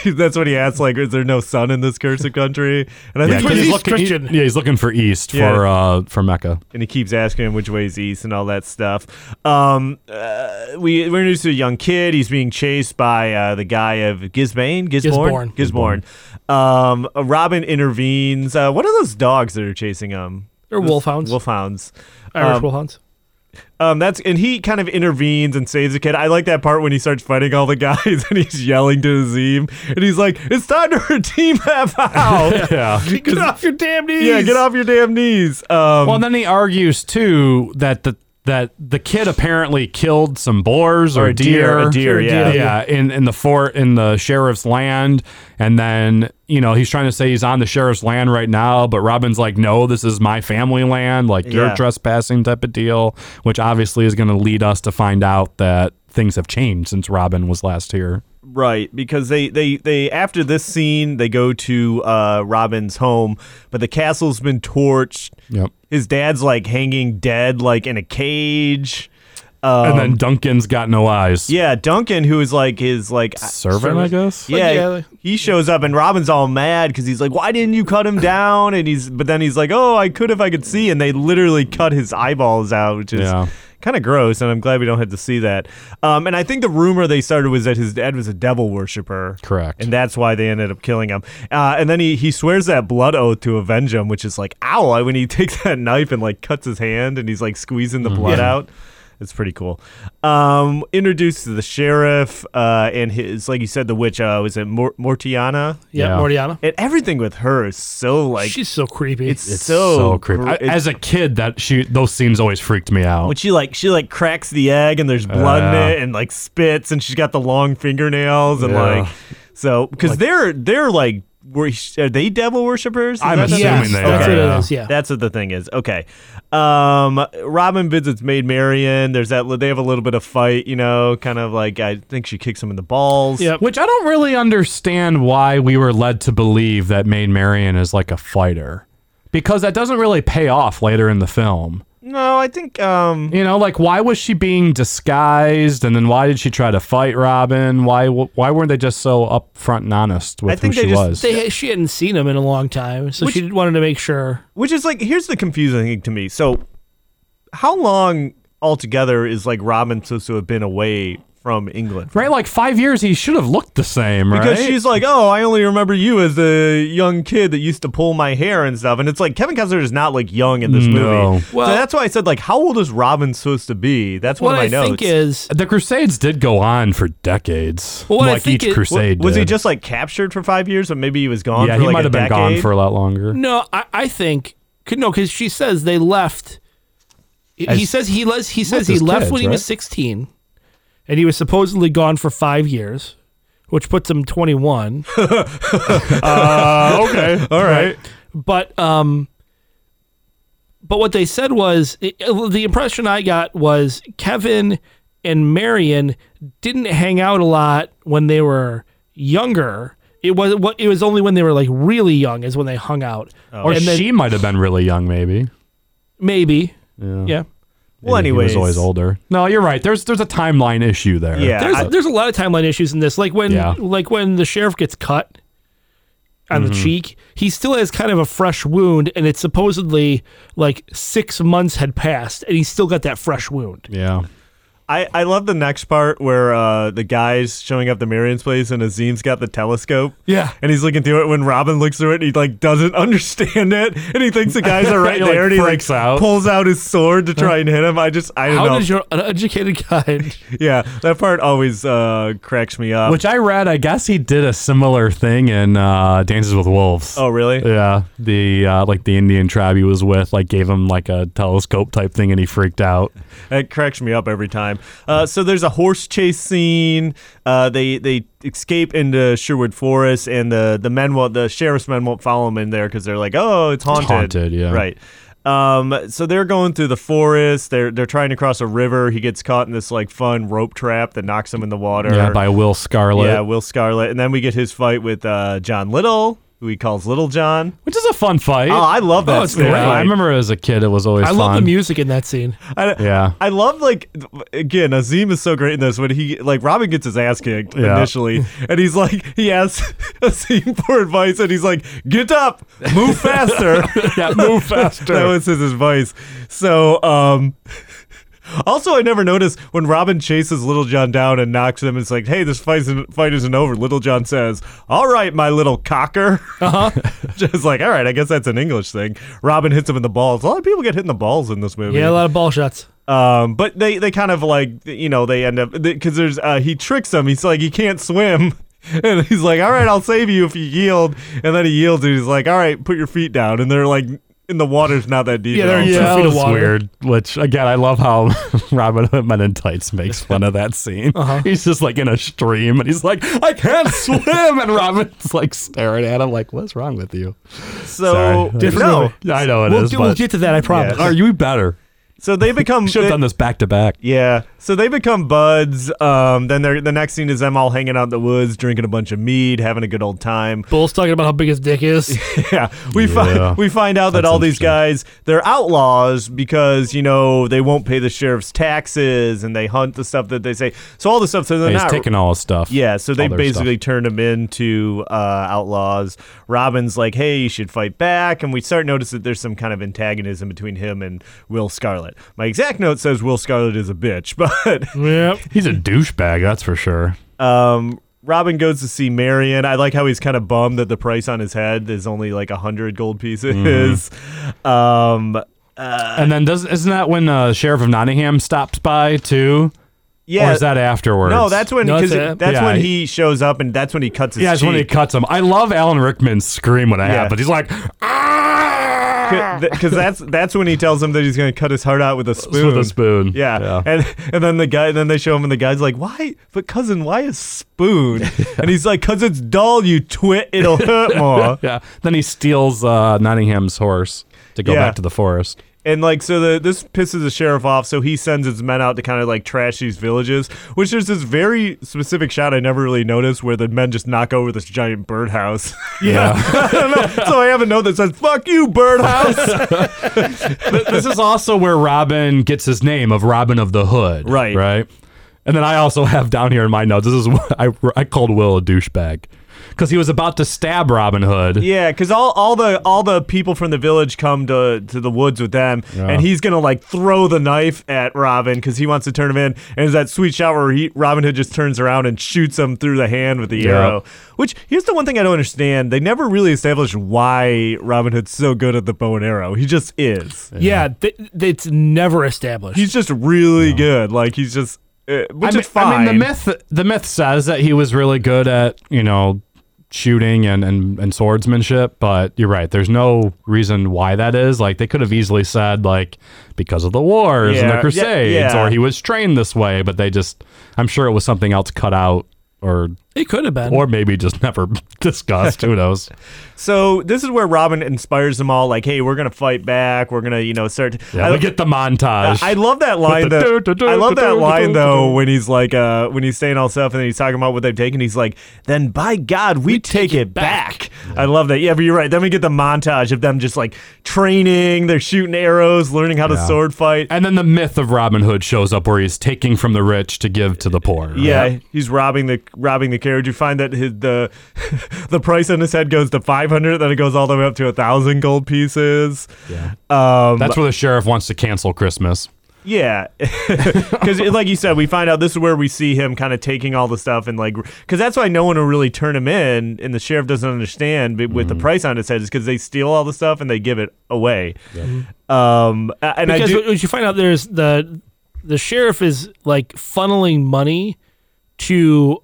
Speaker 1: that's what he asks, like, is there no sun in this cursed country? And I think when
Speaker 9: Yeah,
Speaker 10: 'cause
Speaker 1: he's
Speaker 9: he's
Speaker 10: looking, he-
Speaker 9: Christian.
Speaker 10: yeah, he's looking for East
Speaker 1: Yeah.
Speaker 10: for uh for Mecca.
Speaker 1: and he keeps asking him which way is east and all that stuff. Um, uh, we we're introduced to a young kid. He's being chased by uh, the guy of Gisbane, Gisborne, Gisborne. Um, uh, Robin intervenes. Uh, what are those dogs that are chasing him?
Speaker 9: They're
Speaker 1: Those
Speaker 9: wolfhounds.
Speaker 1: Wolfhounds.
Speaker 9: Irish
Speaker 1: Um,
Speaker 9: Wolfhounds.
Speaker 1: Um, that's and he kind of intervenes and saves the kid. I like that part when he starts fighting all the guys and he's yelling to Azim and he's like, "It's time to redeem half out."
Speaker 10: Yeah.
Speaker 9: Get off your damn knees.
Speaker 1: Yeah, get off your damn knees. Um,
Speaker 10: Well, and then he argues too that the that the kid apparently killed some boars or,
Speaker 1: Or a deer- a deer, yeah.
Speaker 10: yeah, in in the fort in the sheriff's land, and then you know he's trying to say he's on the sheriff's land right now, but Robin's like, no, this is my family land, like
Speaker 1: Yeah.
Speaker 10: you're trespassing type of deal, which obviously is going to lead us to find out that things have changed since Robin was last here.
Speaker 1: Right, because they, they, they after this scene they go to uh, Robin's home, but the castle's been torched.
Speaker 10: Yep.
Speaker 1: His dad's like hanging dead, like in a cage.
Speaker 10: and then Duncan's got no eyes.
Speaker 1: Um, Yeah, Duncan, who is like his like
Speaker 10: Servant, I guess.
Speaker 1: yeah,
Speaker 9: yeah, like-
Speaker 1: he shows up and Robin's all mad because he's like, "Why didn't you cut him down?" And he's but then he's like, "Oh, I could if I could see." And they literally cut his eyeballs out, which is
Speaker 10: Yeah.
Speaker 1: kind of gross. And I'm glad we don't have to see that. Um, and I think the rumor they started was that his dad was a devil worshiper,
Speaker 10: Correct.
Speaker 1: And that's why they ended up killing him. Uh, and then he he swears that blood oath to avenge him, which is like, ow! When he takes that knife and like cuts his hand, and he's like squeezing the blood out. It's pretty cool. Um, introduced to the sheriff uh, and his, like you said, the witch. Uh, was it Mor- Mortiana?
Speaker 9: Yeah,
Speaker 10: Yeah.
Speaker 9: Mortiana.
Speaker 1: And everything with her is so like
Speaker 9: She's so creepy.
Speaker 1: it's, so,
Speaker 10: creepy.
Speaker 1: gr-
Speaker 10: Oh, I-
Speaker 1: it's-
Speaker 10: As a kid, that she those scenes always freaked me out.
Speaker 1: when she like she like cracks the egg and there's blood
Speaker 10: Yeah.
Speaker 1: in it and like spits and she's got the long fingernails and
Speaker 10: Yeah.
Speaker 1: like so because they're they're like were, are they devil worshippers? Is
Speaker 10: I'm
Speaker 1: that the-
Speaker 10: assuming
Speaker 9: yes,
Speaker 10: they
Speaker 9: that's
Speaker 10: are,
Speaker 9: what
Speaker 10: yeah.
Speaker 9: it is. Yeah.
Speaker 1: That's what the thing is. Okay. Um, Robin visits Maid Marian. There's that. They have a little bit of fight, you know, kind of like I think she kicks him in the balls.
Speaker 9: Yep.
Speaker 10: Which I don't really understand why we were led to believe that Maid Marian is like a fighter. Because that doesn't really pay off later in the film.
Speaker 1: No, I think. Um,
Speaker 10: You know, like why was she being disguised and then why did she try to fight Robin? Why why weren't they just so upfront and honest with
Speaker 1: I think
Speaker 10: who
Speaker 1: they
Speaker 10: she
Speaker 1: just-
Speaker 10: was?
Speaker 9: They, she hadn't seen him in a long time, so she wanted to make sure.
Speaker 1: which is like here's the confusing thing to me. So, how long? altogether is like Robin supposed to have been away from England.
Speaker 10: Right, like five years, he should have looked the same, right?
Speaker 1: Because she's like, oh, I only remember you as the young kid that used to pull my hair and stuff. And it's like Kevin Costner is not like young in this
Speaker 10: No.
Speaker 1: movie.
Speaker 10: Well-
Speaker 1: so that's why I said like, how old is Robin supposed to be? That's one
Speaker 10: What
Speaker 1: of my
Speaker 10: I
Speaker 1: notes.
Speaker 10: think is- The Crusades did go on for decades.
Speaker 1: Well, what I
Speaker 10: like
Speaker 1: think
Speaker 10: each
Speaker 1: it-
Speaker 10: Crusade
Speaker 1: was he
Speaker 10: did.
Speaker 1: just like captured for five years, or maybe he was gone?
Speaker 10: yeah,
Speaker 1: for
Speaker 10: he
Speaker 1: like
Speaker 10: might
Speaker 1: a
Speaker 10: have been gone
Speaker 1: decade?
Speaker 10: for a lot longer.
Speaker 9: No, I, I think could- no, because she says they left. He he
Speaker 10: As-
Speaker 9: says he les, he says he
Speaker 10: his
Speaker 9: left
Speaker 10: kids,
Speaker 9: when he was
Speaker 10: right?
Speaker 9: sixteen, and he was supposedly gone for five years, which puts him twenty one.
Speaker 1: Uh, okay, all right.
Speaker 9: But um, but what they said was it, it- the impression I got was Kevin and Marion didn't hang out a lot when they were younger. It was what it was only when they were like really young is when they hung out.
Speaker 10: Oh. Or
Speaker 9: And then-
Speaker 10: she might have been really young, maybe.
Speaker 9: maybe
Speaker 10: Yeah.
Speaker 9: yeah.
Speaker 10: Well, anyway, he was always older. No, you're right. There's there's a timeline issue there.
Speaker 9: there's there's a lot of timeline issues in this. Like when
Speaker 10: Yeah.
Speaker 9: like when the sheriff gets cut on the
Speaker 10: Mhm.
Speaker 9: cheek, he still has kind of a fresh wound, and it's supposedly like six months had passed, and he's still got that fresh wound.
Speaker 10: Yeah.
Speaker 1: I, I love the next part where uh, the guy's showing up to Marion's place and Azim's got the telescope.
Speaker 10: Yeah.
Speaker 1: And he's looking through it when Robin looks through it and he like doesn't understand it and he thinks the guys are right
Speaker 10: He, like,
Speaker 1: there and he
Speaker 10: freaks
Speaker 1: like
Speaker 10: out.
Speaker 1: pulls out his sword to try and hit him. I just I don't
Speaker 9: How
Speaker 1: know.
Speaker 9: does your uneducated guide?
Speaker 1: yeah, that part always uh, cracks me up.
Speaker 10: Which I read, I guess he did a similar thing in uh, Dances with Wolves.
Speaker 1: Oh, really?
Speaker 10: Yeah. The uh, like the Indian tribe he was with like gave him like a telescope type thing and he freaked out.
Speaker 1: It cracks me up every time. Uh, so there's a horse chase scene. Uh, they they escape into Sherwood Forest, and the the men won't the sheriff's men won't follow them in there because they're like, oh, it's haunted.
Speaker 10: haunted, yeah.
Speaker 1: Right. Um, so they're going through the forest. They're they're trying to cross a river. He gets caught in this like fun rope trap that knocks him in the water.
Speaker 10: Yeah, by Will Scarlet.
Speaker 1: Yeah, Will Scarlet, and then we get his fight with uh, John Little, who he calls Little John.
Speaker 10: Which is a fun fight.
Speaker 1: Oh, I love that.
Speaker 10: Oh, it's
Speaker 1: scene.
Speaker 10: great. I remember as a kid it was always
Speaker 9: I love the
Speaker 10: fun.
Speaker 9: music in that scene.
Speaker 1: I,
Speaker 10: Yeah.
Speaker 1: I love like again, Azim is so great in this when he like Robin gets his ass kicked
Speaker 10: Yeah.
Speaker 1: initially, and he's like he asks Azim for advice, and he's like, "Get up, move faster,
Speaker 10: yeah, move faster."
Speaker 1: that was his advice. So, um. Also, I never noticed when Robin chases Little John down and knocks him. It's like, hey, this fight isn't, fight isn't over. Little John says, "All right, my little cocker." Uh-huh. Just like, all right, I guess that's an English thing. Robin hits him in the balls. A lot of people get hit in the balls in this movie.
Speaker 9: Yeah, a lot of ball shots.
Speaker 1: Um, but they they kind of like you know they end up because there's uh, he tricks him. He's like he can't swim, and he's like, all right, I'll save you if you yield. And then he yields, and he's like, all right, put your feet down. And they're like, in the water's not that deep.
Speaker 9: Yeah,
Speaker 1: at
Speaker 9: they're
Speaker 1: all.
Speaker 9: in two
Speaker 10: Yeah,
Speaker 9: feet
Speaker 10: it
Speaker 9: of
Speaker 10: was
Speaker 9: water.
Speaker 10: weird. Which again, I love how Robin Hood Men in Tights makes fun of that scene.
Speaker 9: Uh-huh.
Speaker 10: He's just like in a stream, and he's like, "I can't swim," and Robin's like staring at him, like, "What's wrong with you?"
Speaker 1: So
Speaker 10: Sorry.
Speaker 1: no,
Speaker 10: Yeah, I know it is.
Speaker 9: We'll do- we'll
Speaker 10: but-
Speaker 9: get to that, I promise.
Speaker 10: Are you better?
Speaker 1: so they become
Speaker 10: Should have done this back to back.
Speaker 1: Yeah. So they become buds. Um, then they're, the next scene is them all hanging out in the woods, drinking a bunch of mead, having a good old time.
Speaker 9: Bull's talking about how big his dick is.
Speaker 1: yeah, we
Speaker 10: Yeah.
Speaker 1: find we find out that
Speaker 10: That's
Speaker 1: all these guys they're outlaws because you know they won't pay the sheriff's taxes and they hunt the stuff that they say. So all the stuff so they're
Speaker 10: He's
Speaker 1: not
Speaker 10: taking all his stuff.
Speaker 1: yeah, so they
Speaker 10: all their
Speaker 1: basically turned him into uh, outlaws. Robin's like, "Hey, you should fight back," and we start notice that there's some kind of antagonism between him and Will Scarlet. My exact note says Will Scarlet is a bitch, but
Speaker 9: yep.
Speaker 10: stuff. he's a douchebag, that's for sure.
Speaker 1: um, Robin goes to see Marion. I like how he's kind of bummed that the price on his head is only like a hundred gold pieces.
Speaker 10: Mm-hmm.
Speaker 1: Um,
Speaker 9: Uh,
Speaker 10: and then does isn't that when uh, Sheriff of Nottingham stops by too?
Speaker 1: yeah.
Speaker 10: or is that afterwards?
Speaker 1: no, that's when
Speaker 9: No,
Speaker 1: because
Speaker 9: that's it.
Speaker 1: that's
Speaker 10: Yeah,
Speaker 1: when
Speaker 10: he-
Speaker 1: he shows up and that's when he cuts his.
Speaker 10: yeah, it's when he
Speaker 1: cheek.
Speaker 10: cuts him. I love Alan Rickman's scream when it
Speaker 1: Yeah.
Speaker 10: happens. He's like, "Ah!"
Speaker 1: because that's that's when he tells him that he's going to cut his heart out with a spoon.
Speaker 10: With a spoon.
Speaker 1: Yeah.
Speaker 10: Yeah.
Speaker 1: and and then the guy, then they show him, and the guy's like, "Why, but cousin, why a spoon?" and he's like, "Cause it's dull, you twit. It'll hurt more."
Speaker 10: yeah. Then he steals uh, Nottingham's horse to go
Speaker 1: Yeah.
Speaker 10: back to the forest.
Speaker 1: And like, so the this pisses the sheriff off, so he sends his men out to kind of like trash these villages. Which there's this very specific shot I never really noticed where the men just knock over this giant birdhouse.
Speaker 10: Yeah.
Speaker 1: I don't know. So I have a note that says, "Fuck you, birdhouse."
Speaker 10: this is also where Robin gets his name of Robin of the Hood.
Speaker 1: Right.
Speaker 10: Right. And then I also have down here in my notes. This is what I, I called Will a douchebag because he was about to stab Robin Hood.
Speaker 1: Yeah, because all, all the all the people from the village come to to the woods with them,
Speaker 10: Yeah.
Speaker 1: and he's gonna like throw the knife at Robin because he wants to turn him in. And it's that sweet shot where he, Robin Hood just turns around and shoots him through the hand with the
Speaker 10: Yeah.
Speaker 1: arrow. Which here's the one thing I don't understand: they never really established why Robin Hood's so good at the bow and arrow. He just is.
Speaker 9: Yeah, th- th- it's never established.
Speaker 1: He's just really good. Like he's just, uh, which
Speaker 10: I mean,
Speaker 1: is fine.
Speaker 10: I mean, the myth the myth says that he was really good at you know shooting and, and and swordsmanship, but you're right. There's no reason why that is. Like they could have easily said like because of the wars and
Speaker 1: Yeah,
Speaker 10: the
Speaker 1: yeah,
Speaker 10: crusades,
Speaker 1: yeah.
Speaker 10: or he was trained this way. But they just, I'm sure it was something else cut out, or
Speaker 9: it could have been.
Speaker 10: or maybe just never discussed. Who knows?
Speaker 1: So this is where Robin inspires them all. Like, hey, we're gonna fight back. We're gonna, you know, start.
Speaker 10: Yeah, we get the montage.
Speaker 1: I love that line.
Speaker 10: the
Speaker 1: Though,
Speaker 10: do-do-do,
Speaker 1: I love that
Speaker 10: do-do-do,
Speaker 1: line though
Speaker 10: do-do-do.
Speaker 1: when he's like, uh, when he's saying all stuff, and then he's talking about what they've taken. He's like, "Then by God, we, take, it back." I love that. Yeah, but you're right. Then we get the montage of them just like training. They're shooting arrows, learning how to
Speaker 10: Yeah.
Speaker 1: sword fight.
Speaker 10: and then the myth of Robin Hood shows up, where he's taking from the rich to give to the poor. right?
Speaker 1: Yeah, he's robbing the robbing the carriage. You find that his, the the price on his head goes to five hundred, then it goes all the way up to a thousand gold pieces. Yeah, um,
Speaker 10: that's where the sheriff wants to cancel Christmas.
Speaker 1: Yeah, because like you said, we find out this is where we see him kind of taking all the stuff and like because that's why no one will really turn him in, and the sheriff doesn't understand but
Speaker 9: Mm-hmm.
Speaker 1: with the price on his head is because they steal all the stuff and they give it away. Um, a- and
Speaker 9: because
Speaker 1: I do,
Speaker 9: what- what you find out there's the the sheriff is like funneling money to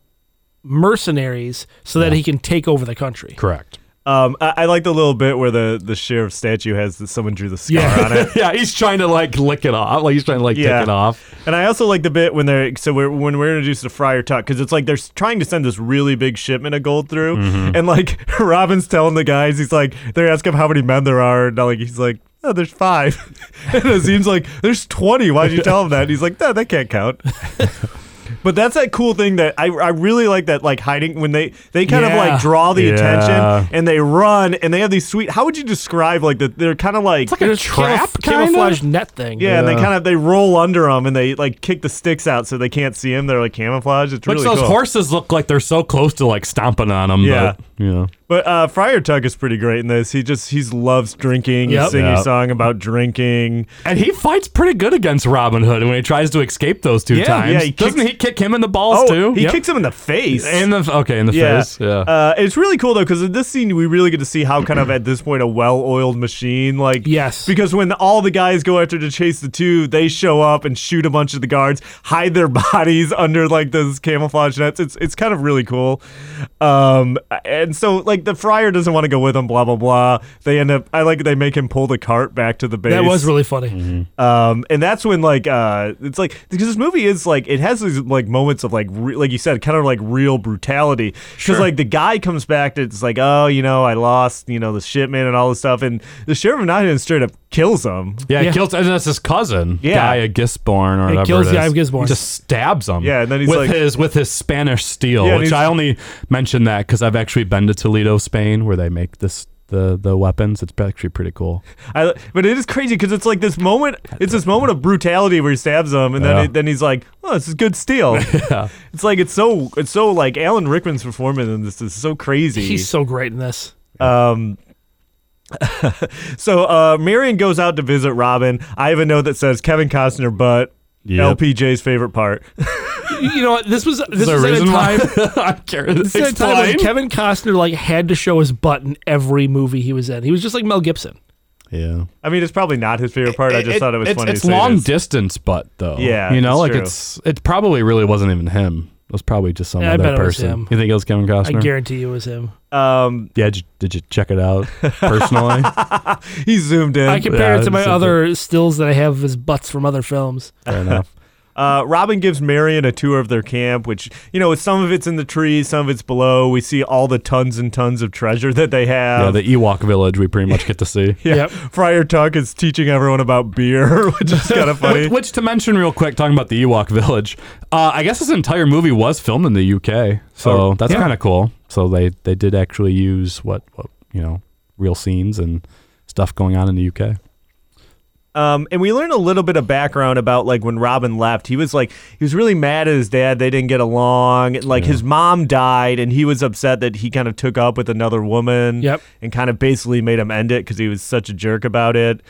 Speaker 9: mercenaries so that he can take over the country.
Speaker 10: Correct.
Speaker 1: um, I, I like the little bit where the the sheriff statue has that someone drew the scar
Speaker 9: Yeah.
Speaker 1: on it.
Speaker 10: yeah, he's trying to like lick it off. Like he's trying to like
Speaker 1: Yeah.
Speaker 10: take it off.
Speaker 1: And I also like the bit when they're so we're, when we're introduced to Friar Tuck because it's like they're s- trying to send this really big shipment of gold through, and like Robin's telling the guys, he's like they ask him how many men there are, and like he's like. Oh, there's five. and Azim's like, there's 20. Why'd you tell him that? And he's like, no, that can't count. but that's that cool thing that I, I really like that, like hiding when they, they kind of
Speaker 9: Yeah.
Speaker 1: like draw the
Speaker 10: Yeah.
Speaker 1: attention and they run and they have these sweet, how would you describe like that? They're kind of like,
Speaker 10: Like a
Speaker 9: There's
Speaker 10: trap,
Speaker 9: camuf-
Speaker 10: kinda?
Speaker 9: camouflage net thing.
Speaker 1: yeah, and they
Speaker 10: Yeah.
Speaker 1: kind of they roll under them and they like kick the sticks out so they can't see them. They're like camouflage. It's
Speaker 10: Which
Speaker 1: really
Speaker 10: those
Speaker 1: cool.
Speaker 10: horses look like they're so close to like stomping on them.
Speaker 1: Yeah.
Speaker 10: but, you know.
Speaker 1: but uh, Friar Tuck is pretty great in this. He just he loves drinking.
Speaker 9: Yep.
Speaker 1: He's singing
Speaker 10: Yeah.
Speaker 1: a song about drinking.
Speaker 10: And he fights pretty good against Robin Hood when he tries to escape those two
Speaker 1: Yeah,
Speaker 10: times.
Speaker 1: yeah, he kicks-
Speaker 10: Doesn't he kick him in the balls too?
Speaker 1: Oh, he
Speaker 10: Yep.
Speaker 1: kicks him in the face.
Speaker 10: in the okay in the
Speaker 1: yeah,
Speaker 10: face. Yeah.
Speaker 1: Uh, it's really cool though because in this scene we really get to see how kind of at this point a well-oiled machine like
Speaker 9: Yes.
Speaker 1: because when all the guys go after to chase the two they show up and shoot a bunch of the guards hide their bodies under like those camouflage nets it's it's kind of really cool um and so like the friar doesn't want to go with them blah blah blah they end up I like they make him pull the cart back to the base
Speaker 9: That was really funny.
Speaker 1: um, and that's when like uh, it's like because this movie is like it has these like moments of like re- like you said kind of like real brutality because like the guy comes back to it's like oh you know I lost you know the shipment and all this stuff and the sheriff of Nottingham straight up kills him
Speaker 10: yeah,
Speaker 9: yeah.
Speaker 10: He kills and that's his cousin,
Speaker 1: Yeah.
Speaker 10: Guy of Gisborne
Speaker 9: He
Speaker 10: or whatever.
Speaker 9: kills
Speaker 10: it is.
Speaker 9: Guy of Gisborne.
Speaker 10: Just stabs him.
Speaker 1: Yeah, and then he's
Speaker 10: with
Speaker 1: like-
Speaker 10: his with his Spanish steel,
Speaker 1: Yeah, and
Speaker 10: which
Speaker 1: he's-
Speaker 10: I only mention that because I've actually been to Toledo, Spain, where they make this the the weapons. It's actually pretty cool.
Speaker 1: I, but it is crazy because it's like this moment it's this moment of brutality where he stabs him and then
Speaker 10: Yeah.
Speaker 1: it, then he's like oh this is good steel it's like it's so it's so like Alan Rickman's performance in this is so crazy
Speaker 9: He's so great in this.
Speaker 1: Um, so uh, Marion goes out to visit Robin. I have a note that says Kevin Costner, but
Speaker 10: Yep.
Speaker 1: LPJ's favorite part.
Speaker 9: You know what? This was this
Speaker 10: the
Speaker 9: was at a
Speaker 10: reason why-
Speaker 9: time.
Speaker 10: I care.
Speaker 9: This is at a time when
Speaker 10: Explain.
Speaker 9: Kevin Costner like had to show his butt in every movie he was in. He was just like Mel Gibson.
Speaker 10: Yeah.
Speaker 1: I mean, it's probably not his favorite part. I just thought it was
Speaker 10: it's,
Speaker 1: funny.
Speaker 10: It's
Speaker 1: to say
Speaker 10: long
Speaker 1: this.
Speaker 10: distance, but though.
Speaker 1: Yeah,
Speaker 10: You know,
Speaker 1: it's
Speaker 10: like
Speaker 1: true.
Speaker 10: it's it probably really wasn't even him. It was probably just some
Speaker 9: Yeah, I
Speaker 10: other
Speaker 9: bet it was
Speaker 10: person.
Speaker 9: him.
Speaker 10: You think it was Kevin Costner?
Speaker 9: I guarantee you it was him.
Speaker 1: Um,
Speaker 10: Yeah. Did you, did you check it out personally?
Speaker 1: he zoomed in.
Speaker 9: I compare it
Speaker 10: Yeah,
Speaker 9: to my
Speaker 10: it's a
Speaker 9: other stills that I have of his butts from other films.
Speaker 10: Fair enough.
Speaker 1: Uh, Robin gives Marion a tour of their camp, which you know, some of it's in the trees, some of it's below. We see all the tons and tons of treasure that they have.
Speaker 10: yeah, the Ewok village we pretty much get to see.
Speaker 1: Yeah,
Speaker 9: Yep.
Speaker 1: Friar Tuck is teaching everyone about beer, which is kind of funny.
Speaker 10: Which, which to mention real quick, talking about the Ewok village, uh, I guess this entire movie was filmed in the UK, so
Speaker 1: Oh,
Speaker 10: that's
Speaker 1: yeah.
Speaker 10: kind of cool. So they they did actually use what what you know real scenes and stuff going on in the UK.
Speaker 1: Um, and we learned a little bit of background about like when Robin left, he was like he was really mad at his dad. They didn't get along. Like his mom died, and he was upset that he kind of took up with another woman.
Speaker 9: Yep.
Speaker 1: and kind of basically made him end it because he was such a jerk about it.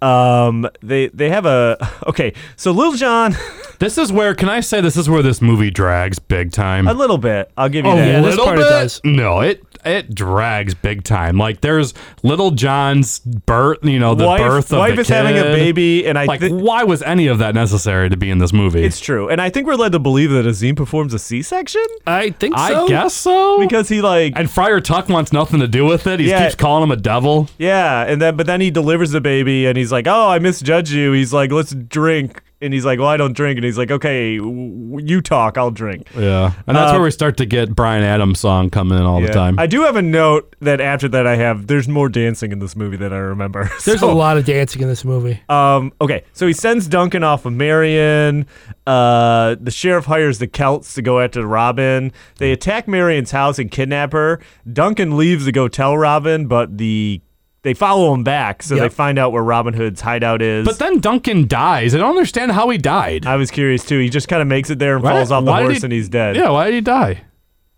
Speaker 1: Um, they they have a okay. So Lil Jon,
Speaker 10: This is where can I say this is where this movie drags big time.
Speaker 1: a little bit. I'll give you that.
Speaker 9: yeah, this part it does.
Speaker 10: No, it it drags big time. Like there's little John's birth, you know, the
Speaker 1: Wife-
Speaker 10: birth of
Speaker 1: wife
Speaker 10: the
Speaker 1: is having a
Speaker 10: kid.
Speaker 1: baby, and I
Speaker 10: like
Speaker 1: thi-
Speaker 10: why was any of that necessary to be in this movie?
Speaker 1: It's true, and I think we're led to believe that Azim performs a C-section
Speaker 9: I think
Speaker 10: I
Speaker 9: so.
Speaker 10: guess so.
Speaker 1: because he like
Speaker 10: and Friar Tuck wants nothing to do with it. He
Speaker 1: Yeah.
Speaker 10: keeps calling him a devil.
Speaker 1: yeah, and then but then he delivers the baby, and he's like, "Oh, I misjudge you." He's like, "Let's drink," and he's like, "Well, I don't drink," and he's like, "Okay, w- you talk, I'll drink."
Speaker 10: Yeah, and that's
Speaker 1: Uh,
Speaker 10: where we start to get Brian Adams' song coming in all the
Speaker 1: Yeah.
Speaker 10: time.
Speaker 1: I do have a note that after that I have there's more dancing in this movie than I remember.
Speaker 9: There's
Speaker 1: So,
Speaker 9: a lot of dancing in this movie.
Speaker 1: Um, okay, so he sends Duncan off with Marion. Uh, the sheriff hires the Celts to go after Robin. They attack Marion's house and kidnap her. Duncan leaves to go tell Robin, but the they follow him back, so
Speaker 9: Yep.
Speaker 1: they find out where Robin Hood's hideout is.
Speaker 10: but then Duncan dies. I don't understand how he died.
Speaker 1: I was curious too. He just kind of makes it there and
Speaker 10: Why-
Speaker 1: falls off the
Speaker 10: why did
Speaker 1: horse,
Speaker 10: he-
Speaker 1: and he's dead.
Speaker 10: Yeah, why did he die?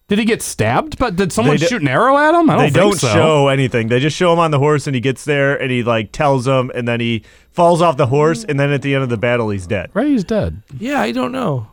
Speaker 10: Did he get stabbed? But did someone
Speaker 1: They do-
Speaker 10: shoot an arrow at him? I don't
Speaker 1: they
Speaker 10: think
Speaker 1: don't
Speaker 10: so.
Speaker 1: show anything. They just show him on the horse, and he gets there, and he like tells them, and then he falls off the horse, and then at the end of the battle, he's dead.
Speaker 10: Right, he's dead.
Speaker 9: Yeah, I don't know.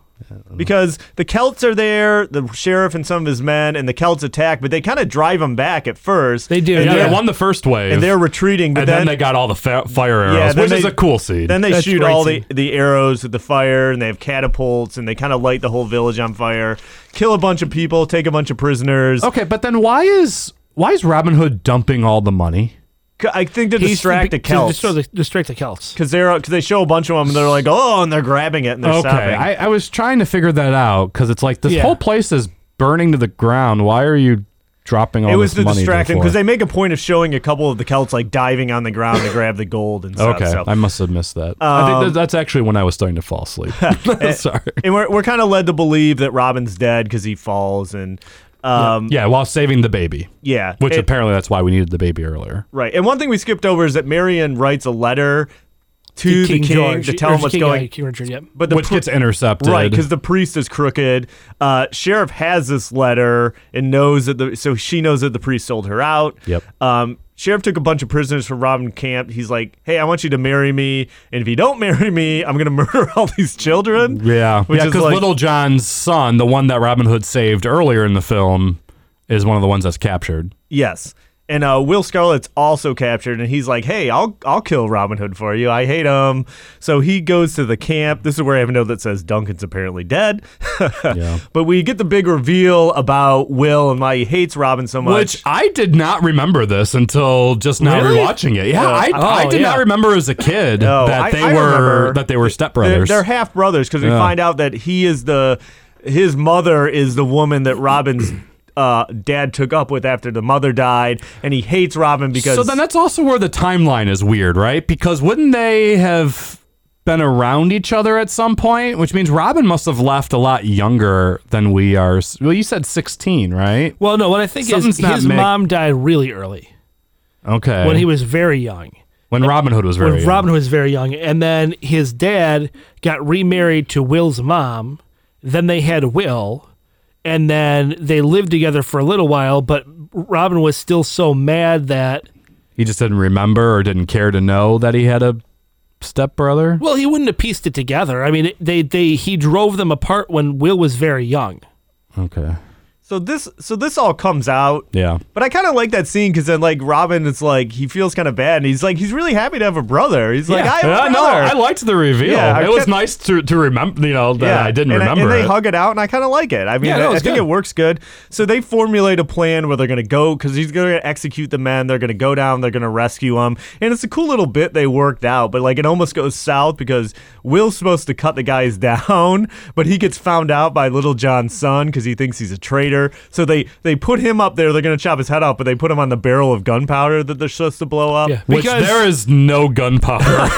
Speaker 1: because the Celts are there, the sheriff and some of his men, and the Celts attack, but they kind of drive them back at first.
Speaker 9: They do.
Speaker 1: and
Speaker 10: Yeah,
Speaker 1: they're,
Speaker 10: they won the first wave,
Speaker 1: and they're retreating, but
Speaker 10: and
Speaker 1: then,
Speaker 10: then, they got all the fa- fire
Speaker 1: yeah,
Speaker 10: arrows,
Speaker 1: then
Speaker 10: which is
Speaker 1: they-
Speaker 10: a cool scene.
Speaker 1: Then they
Speaker 9: That's
Speaker 1: shoot
Speaker 9: great
Speaker 1: all the,
Speaker 9: scene.
Speaker 1: the arrows with the fire, and they have catapults, and they kind of light the whole village on fire, kill a bunch of people, take a bunch of prisoners.
Speaker 10: okay, but then why is why is Robin Hood dumping all the money?
Speaker 1: C- I think to distract the
Speaker 9: To
Speaker 1: Celts.
Speaker 9: destroy the, distract the Celts.
Speaker 1: Because they're because they show a bunch of them and they're like oh and they're grabbing it and they're
Speaker 10: Okay,
Speaker 1: stopping.
Speaker 10: I, I was trying to figure that out because it's like this
Speaker 9: Yeah.
Speaker 10: whole place is burning to the ground. Why are you dropping all
Speaker 1: it
Speaker 10: this
Speaker 1: was to
Speaker 10: money?
Speaker 1: distract them
Speaker 10: before?
Speaker 1: because they make a point of showing a couple of the Celts like diving on the ground to grab the gold and stuff.
Speaker 10: Okay,
Speaker 1: so.
Speaker 10: I must have missed that. I think
Speaker 1: Um,
Speaker 10: that, that's actually when I was starting to fall asleep. Sorry.
Speaker 1: and we're, we're kind of led to believe that Robin's dead because he falls and um
Speaker 10: Yeah, while saving the baby,
Speaker 1: yeah,
Speaker 10: which
Speaker 1: It-
Speaker 10: apparently that's why we needed the baby earlier.
Speaker 1: right and one thing we skipped over is that Marion writes a letter to, the king, to tell him
Speaker 9: or
Speaker 1: what's
Speaker 9: King,
Speaker 1: going
Speaker 9: yeah, King Richard, yep.
Speaker 1: but the
Speaker 10: which
Speaker 1: pri-
Speaker 10: gets intercepted.
Speaker 1: right because the priest is crooked uh sheriff has this letter and knows that the so she knows that the priest sold her out
Speaker 10: Yep.
Speaker 1: um Sheriff took a bunch of prisoners from Robin Camp. He's like, "Hey, I want you to marry me, and if you don't marry me, I'm gonna murder all these children."
Speaker 10: yeah,
Speaker 1: which
Speaker 10: yeah,
Speaker 1: is
Speaker 10: because
Speaker 1: like-
Speaker 10: Little John's son, the one that Robin Hood saved earlier in the film, is one of the ones that's captured.
Speaker 1: Yes. And uh, Will Scarlet's also captured, and he's like, "Hey, I'll I'll kill Robin Hood for you. I hate him." So he goes to the camp. This is where I have a note that says Duncan's apparently dead.
Speaker 10: Yeah.
Speaker 1: But we get the big reveal about Will and why he hates Robin so much.
Speaker 10: Which I did not remember this until just now
Speaker 9: Really?
Speaker 10: rewatching it. Yeah, I,
Speaker 9: Oh,
Speaker 10: I did
Speaker 9: yeah.
Speaker 10: not remember as a kid
Speaker 1: Uh, No,
Speaker 10: that
Speaker 1: I-
Speaker 10: they
Speaker 1: I
Speaker 10: were
Speaker 1: remember.
Speaker 10: that they were
Speaker 1: they're,
Speaker 10: stepbrothers.
Speaker 1: they're half brothers because we
Speaker 10: Yeah.
Speaker 1: find out that he is the his mother is the woman that Robin's uh, dad took up with after the mother died, and he hates Robin because
Speaker 10: so then that's also where the timeline is weird, right? Because wouldn't they have been around each other at some point? Which means Robin must have left a lot younger than we are. Well, you said 16, right?
Speaker 9: Well, no, what I think
Speaker 10: Something's
Speaker 9: is
Speaker 10: not
Speaker 9: his
Speaker 10: make-
Speaker 9: mom died really early
Speaker 10: Okay.
Speaker 9: when he was very young.
Speaker 10: when Robin Hood was very
Speaker 9: when Robin Hood was very young, and then his dad got remarried to Will's mom. Then they had Will, and then they lived together for a little while. But Robin was still so mad that
Speaker 10: he just didn't remember or didn't care to know that he had a stepbrother.
Speaker 9: well, he wouldn't have pieced it together. I mean, it- they they he drove them apart when Will was very young.
Speaker 10: Okay.
Speaker 1: so this so this all comes out
Speaker 10: Yeah.
Speaker 1: But I kind of like that scene because then, like, Robin is like, he feels kind of bad, and he's like, he's really happy to have a brother. He's like, I have
Speaker 10: Yeah,
Speaker 1: a
Speaker 10: Uh, no,
Speaker 1: brother.
Speaker 10: I liked the reveal.
Speaker 1: Yeah, I
Speaker 10: it was
Speaker 1: kept-
Speaker 10: nice to, to remember, you know, that I didn't
Speaker 1: and
Speaker 10: remember
Speaker 1: and they
Speaker 10: it.
Speaker 1: hug it out, and I kind of like it. I mean,
Speaker 10: Yeah, no,
Speaker 1: I, I
Speaker 10: it's
Speaker 1: think
Speaker 10: good.
Speaker 1: it works good. So they formulate a plan where they're going to go because he's going to execute the men. They're going to go down. They're going to rescue him, and it's a cool little bit they worked out. But like, it almost goes south because Will's supposed to cut the guys down, but he gets found out by Little John's son because he thinks he's a traitor. So they they put him up there. They're going to chop his head off, but they put him on the barrel of gunpowder that they're supposed to blow up.
Speaker 9: Yeah.
Speaker 10: Which
Speaker 9: Because-
Speaker 10: there is no gunpowder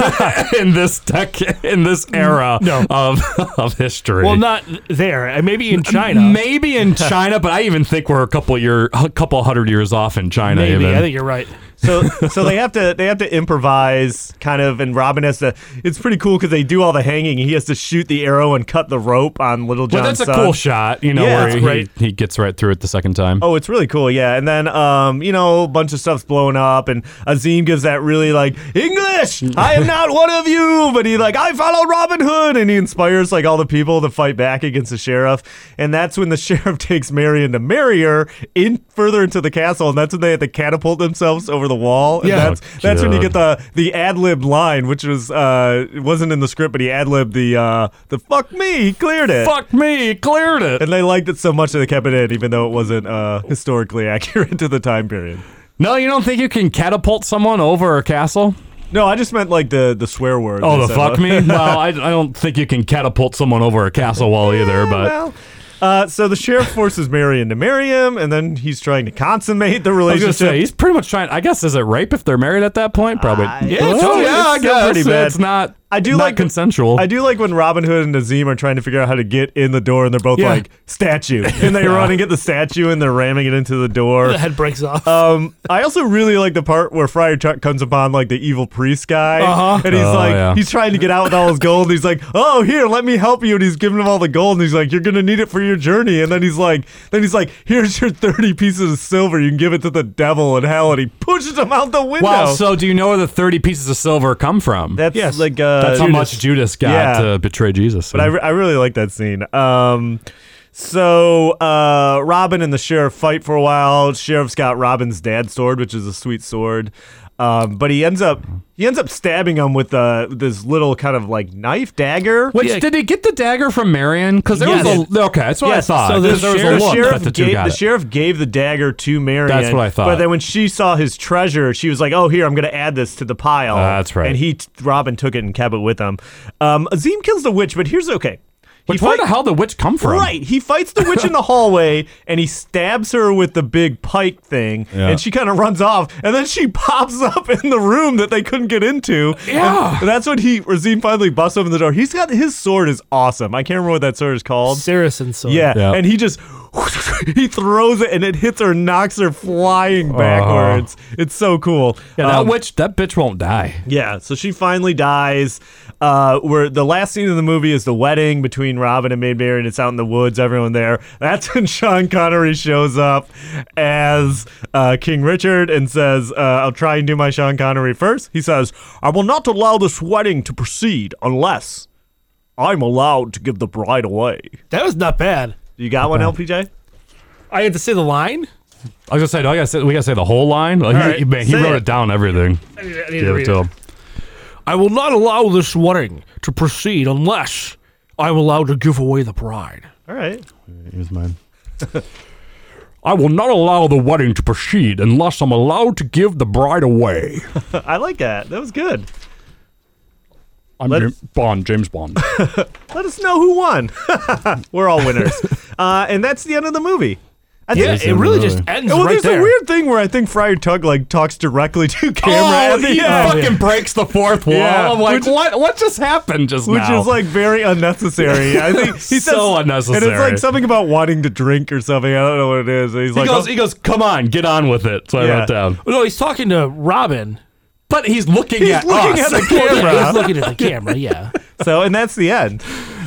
Speaker 10: in this tech in this era of of history.
Speaker 9: Well, not there. and Maybe in China.
Speaker 10: Maybe in China, but I even think we're a couple year, a couple hundred years off in China.
Speaker 9: Maybe.
Speaker 10: even.
Speaker 9: I think you're right.
Speaker 1: So so they have to they have to improvise kind of, and Robin has to. It's pretty cool because they do all the hanging. He has to shoot the arrow and cut the rope on Little John.
Speaker 10: Well, that's a
Speaker 9: uh,
Speaker 10: cool shot, you know,
Speaker 1: yeah,
Speaker 10: where
Speaker 1: it's
Speaker 10: he,
Speaker 1: great.
Speaker 10: he gets right through it the second time.
Speaker 1: Oh, it's really cool, yeah. And then, um, you know, a bunch of stuff's blown up, and Azim gives that really like English.
Speaker 10: Mm.
Speaker 1: I am not one of you, but he like I follow Robin Hood, and he inspires like all the people to fight back against the sheriff. And that's when the sheriff takes Marion to marry her in further into the castle, and that's when they have to catapult themselves over the wall. And
Speaker 9: Yeah.
Speaker 1: that's
Speaker 10: Oh,
Speaker 1: that's when you
Speaker 10: God.
Speaker 1: get the the ad lib line, which was uh it wasn't in the script, but he ad libbed the uh the fuck me, he cleared it.
Speaker 10: Fuck me, cleared it.
Speaker 1: And they liked it so much that they kept it in, even though it wasn't uh, historically accurate to the time period.
Speaker 10: No, you don't think you can catapult someone over a castle?
Speaker 1: No, I just meant like the, the swear word.
Speaker 10: Oh,
Speaker 1: they
Speaker 10: the
Speaker 1: said. uh,
Speaker 10: fuck me? Well, I, I don't think you can catapult someone over Oh, a castle wall either, but
Speaker 1: well, uh, so the sheriff forces Marion to marry him, and then he's trying to consummate the
Speaker 10: I was going to
Speaker 1: relationship.
Speaker 10: say, he's pretty much trying. I guess, is it rape if they're married at that point? Probably.
Speaker 1: Yeah, it's
Speaker 10: oh,
Speaker 1: still-
Speaker 10: yeah, I
Speaker 1: it's still
Speaker 10: guess.
Speaker 1: pretty bad.
Speaker 10: It's not,
Speaker 1: I do
Speaker 10: not
Speaker 1: like
Speaker 10: consensual.
Speaker 1: I do like when Robin Hood and Nazim are trying to figure out how to get in the door, and they're both
Speaker 10: Yeah.
Speaker 1: like statue, and they run and get the statue, and they're ramming it into the door.
Speaker 9: The head breaks off.
Speaker 1: Um, I also really like the part where Friar Tuck comes upon like the evil priest guy,
Speaker 9: Uh-huh.
Speaker 1: and he's
Speaker 10: Oh,
Speaker 1: like,
Speaker 10: yeah.
Speaker 1: he's trying to get out with all his gold. and he's like, "Oh, here, let me help you," and he's giving him all the gold, and he's like, "You're gonna need it for your journey." And then he's like, then he's like, "Here's your thirty pieces of silver. You can give it to the devil in hell," and he pushes him out the window.
Speaker 10: Wow, so do you know where the 30 pieces of silver come from?
Speaker 1: that's
Speaker 9: Yes.
Speaker 1: like uh,
Speaker 10: That's how much Judas got
Speaker 1: Yeah.
Speaker 10: to betray Jesus.
Speaker 1: But I, re- I really like that scene. Um, so uh, Robin and the sheriff fight for a while. Sheriff's got Robin's dad's sword, which is a sweet sword. Um, but he ends up he ends up stabbing him with uh, this little kind of like knife dagger.
Speaker 10: Which
Speaker 9: Yeah.
Speaker 10: did he get the dagger from Marion? Because there
Speaker 1: Yes.
Speaker 10: was a okay. That's what
Speaker 1: Yes,
Speaker 10: I thought.
Speaker 9: so the
Speaker 10: 'Cause there was
Speaker 9: sheriff-
Speaker 10: a look
Speaker 1: sheriff
Speaker 10: that the two
Speaker 1: gave,
Speaker 10: got
Speaker 1: the
Speaker 10: it.
Speaker 1: sheriff gave the dagger to Marion.
Speaker 10: That's what I thought.
Speaker 1: But then when she saw his treasure, she was like, "Oh, here, I'm going to add this to the pile."
Speaker 10: Uh, That's right.
Speaker 1: And he, t- Robin, took it and kept it with him. Um, Azim kills the witch, but here's okay. He
Speaker 10: Which, where
Speaker 1: fight-
Speaker 10: the hell did witch come from?
Speaker 1: Right. He fights the witch in the hallway and he stabs her with the big pike thing
Speaker 10: Yeah.
Speaker 1: and she kind of runs off and then she pops up in the room that they couldn't get into.
Speaker 10: Yeah.
Speaker 1: And that's when he Razine finally busts open the door. He's got his sword is awesome. I can't remember what that sword is called.
Speaker 9: Saracen sword.
Speaker 1: Yeah.
Speaker 10: Yeah.
Speaker 1: And he just he throws it and it hits her, knocks her flying backwards. It's so cool.
Speaker 10: Oh. Yeah, that
Speaker 1: Um,
Speaker 10: witch, that bitch won't die.
Speaker 1: yeah, so she finally dies. Uh, where the last scene of the movie is the wedding between Robin and Maid Marian. It's out in the woods, everyone there. That's when Sean Connery shows up as uh, King Richard and says, uh, I'll try and do my Sean Connery first. He says, I will not allow this wedding to proceed unless I'm allowed to give the bride away.
Speaker 9: That was not bad.
Speaker 1: You got one, LPJ?
Speaker 9: I had to say the line.
Speaker 10: I was gonna say, do I gotta say, we gotta say the whole line. Like, he,
Speaker 9: right,
Speaker 10: he- man, he
Speaker 1: say
Speaker 10: wrote
Speaker 1: it.
Speaker 10: it. down everything.
Speaker 9: I need, I need
Speaker 10: Give
Speaker 9: to
Speaker 10: it
Speaker 9: read
Speaker 10: to
Speaker 9: it.
Speaker 10: him.
Speaker 9: I will not allow this wedding to proceed unless I'm allowed to give away the bride.
Speaker 1: All right.
Speaker 10: Here's mine. I will not allow the wedding to proceed unless I'm allowed to give the bride away.
Speaker 1: I like that. That was good.
Speaker 10: I'm
Speaker 1: Let-
Speaker 10: Jam- Bond, James Bond.
Speaker 1: Let us know who won. We're all winners. uh, and that's the end of the movie. I think-
Speaker 9: Yeah,
Speaker 10: Yes,
Speaker 9: it really
Speaker 10: really.
Speaker 9: just ends
Speaker 1: well,
Speaker 9: right
Speaker 1: there's
Speaker 9: there.
Speaker 1: a weird thing where I think Friar Tug like talks directly to camera at the end,
Speaker 10: Oh, fucking breaks the fourth wall.
Speaker 1: Yeah.
Speaker 10: I'm like,
Speaker 1: Which-
Speaker 10: what? What just happened just
Speaker 1: which
Speaker 10: now?
Speaker 1: is like very unnecessary. I think he says
Speaker 10: So
Speaker 1: and it's
Speaker 10: unnecessary.
Speaker 1: like something about wanting to drink or something. I don't know what it is. And he's
Speaker 10: he
Speaker 1: like,
Speaker 10: goes,
Speaker 1: oh,
Speaker 10: he goes, come on, get on with it. So
Speaker 1: Yeah.
Speaker 10: I wrote down.
Speaker 9: no, he's talking to Robin.
Speaker 10: But he's looking
Speaker 1: He's
Speaker 10: at
Speaker 1: looking
Speaker 10: us.
Speaker 1: at the
Speaker 9: Yeah,
Speaker 1: camera.
Speaker 9: he's looking at the camera. Yeah.
Speaker 1: so, and that's the end.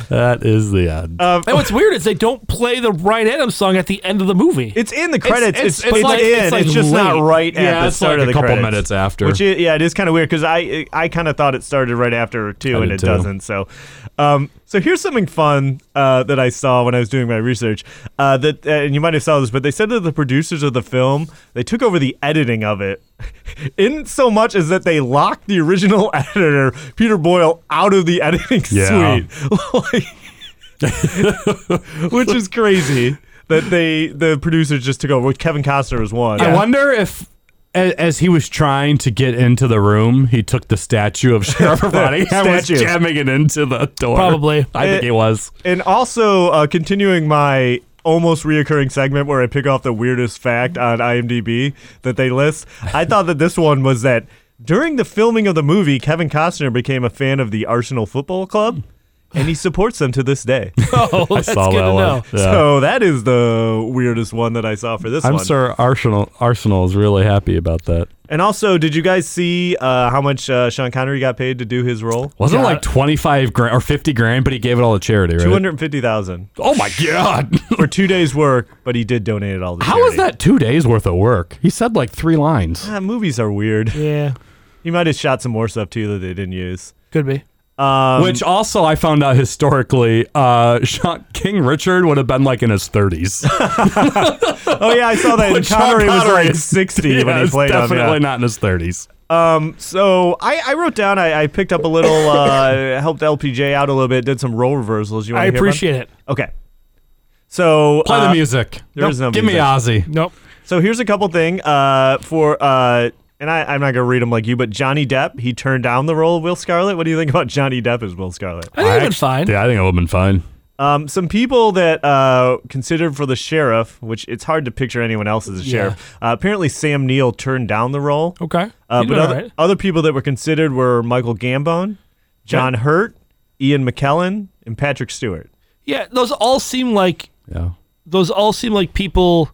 Speaker 10: that is the end.
Speaker 1: Um,
Speaker 9: And what's weird is they don't play the Ryan Adams song at the end of the movie.
Speaker 1: it's in the credits.
Speaker 10: it's-
Speaker 1: It's,
Speaker 10: it's
Speaker 1: played
Speaker 10: like-
Speaker 1: in.
Speaker 9: it's
Speaker 1: It's,
Speaker 9: like
Speaker 1: just not
Speaker 9: late.
Speaker 1: right at
Speaker 10: yeah,
Speaker 1: the
Speaker 10: it's
Speaker 1: start of
Speaker 10: like a
Speaker 1: the
Speaker 10: couple
Speaker 1: credits.
Speaker 10: minutes after.
Speaker 1: Which is, yeah, it is kind of weird because I I kind of thought it started right after too,
Speaker 10: I
Speaker 1: and
Speaker 10: did
Speaker 1: it
Speaker 10: too.
Speaker 1: doesn't. So, um, so here's something fun uh, that I saw when I was doing my research. Uh, that uh, and you might have saw this, but they said that the producers of the film they took over the editing of it, in so much as that they locked the original editor Peter Boyle out of the editing
Speaker 10: Yeah.
Speaker 1: suite, Like- which is crazy. That they the producers just took over. Which Kevin Costner was one.
Speaker 10: I wonder if. a- As he was trying to get into the room, he took the statue of Sheriff Roddy and was
Speaker 1: Statue.
Speaker 10: jamming it into the door.
Speaker 9: Probably.
Speaker 10: I think
Speaker 1: Eh,
Speaker 10: he was.
Speaker 1: And also, uh, continuing my almost reoccurring segment where I pick off the weirdest fact on IMDb that they list, I thought that this one was that during the filming of the movie, Kevin Costner became a fan of the Arsenal Football Club, and he supports them to this day.
Speaker 9: oh, that's
Speaker 10: I saw
Speaker 9: good
Speaker 10: that
Speaker 9: to
Speaker 10: one.
Speaker 9: know.
Speaker 10: Yeah.
Speaker 1: So that is the weirdest one that I saw for this
Speaker 10: I'm
Speaker 1: one.
Speaker 10: sure Arsenal Arsenal is really happy about that.
Speaker 1: And also, did you guys see uh, how much uh, Sean Connery got paid to do his role?
Speaker 10: Wasn't it like twenty five grand or fifty grand? But he gave it all to charity, right?
Speaker 1: two hundred fifty thousand
Speaker 10: Oh my god!
Speaker 1: for two days' work? But he did donate it all. To
Speaker 10: How is
Speaker 1: charity.
Speaker 10: that two days worth of work? He said like three lines.
Speaker 1: Ah, movies are weird.
Speaker 9: Yeah,
Speaker 1: He might have shot some more stuff too that they didn't use.
Speaker 9: could be.
Speaker 1: Um,
Speaker 10: Which also I found out historically, uh, Sean, King Richard would have been like in his thirties.
Speaker 1: oh yeah, I saw that. and
Speaker 10: Which Sean
Speaker 1: Connery was
Speaker 10: Connery
Speaker 1: like
Speaker 10: is-
Speaker 1: sixty when he
Speaker 10: Yes,
Speaker 1: played him.
Speaker 10: definitely
Speaker 1: yeah.
Speaker 10: not in his thirties.
Speaker 1: Um, so I, I wrote down. I, I picked up a little. Uh, helped LPJ out a little bit. Did some role reversals. You want
Speaker 9: I
Speaker 1: to hear one?
Speaker 9: appreciate it.
Speaker 1: Okay. So
Speaker 10: Play
Speaker 1: uh,
Speaker 10: the music.
Speaker 1: there is no
Speaker 10: Give me
Speaker 1: music.
Speaker 10: Ozzy.
Speaker 9: Nope.
Speaker 1: So here's a couple thing. Uh, for uh, and I, I'm not gonna read them like you, but Johnny Depp he turned down the role of Will Scarlet. What do you think about Johnny Depp as Will Scarlet?
Speaker 9: I think
Speaker 10: I
Speaker 9: it's been
Speaker 10: act-
Speaker 9: fine.
Speaker 10: Yeah, I think it would have been fine.
Speaker 1: Um, some people that uh, considered for the sheriff, which it's hard to picture anyone else as a sheriff. Uh, apparently, Sam Neill turned down the role.
Speaker 9: Okay.
Speaker 1: Uh, but
Speaker 9: You did
Speaker 1: other,
Speaker 9: all right.
Speaker 1: other people that were considered were Michael Gambon, John Hurt, Ian McKellen, and Patrick Stewart.
Speaker 9: yeah, those all seem like
Speaker 10: Yeah.
Speaker 9: those all seem like people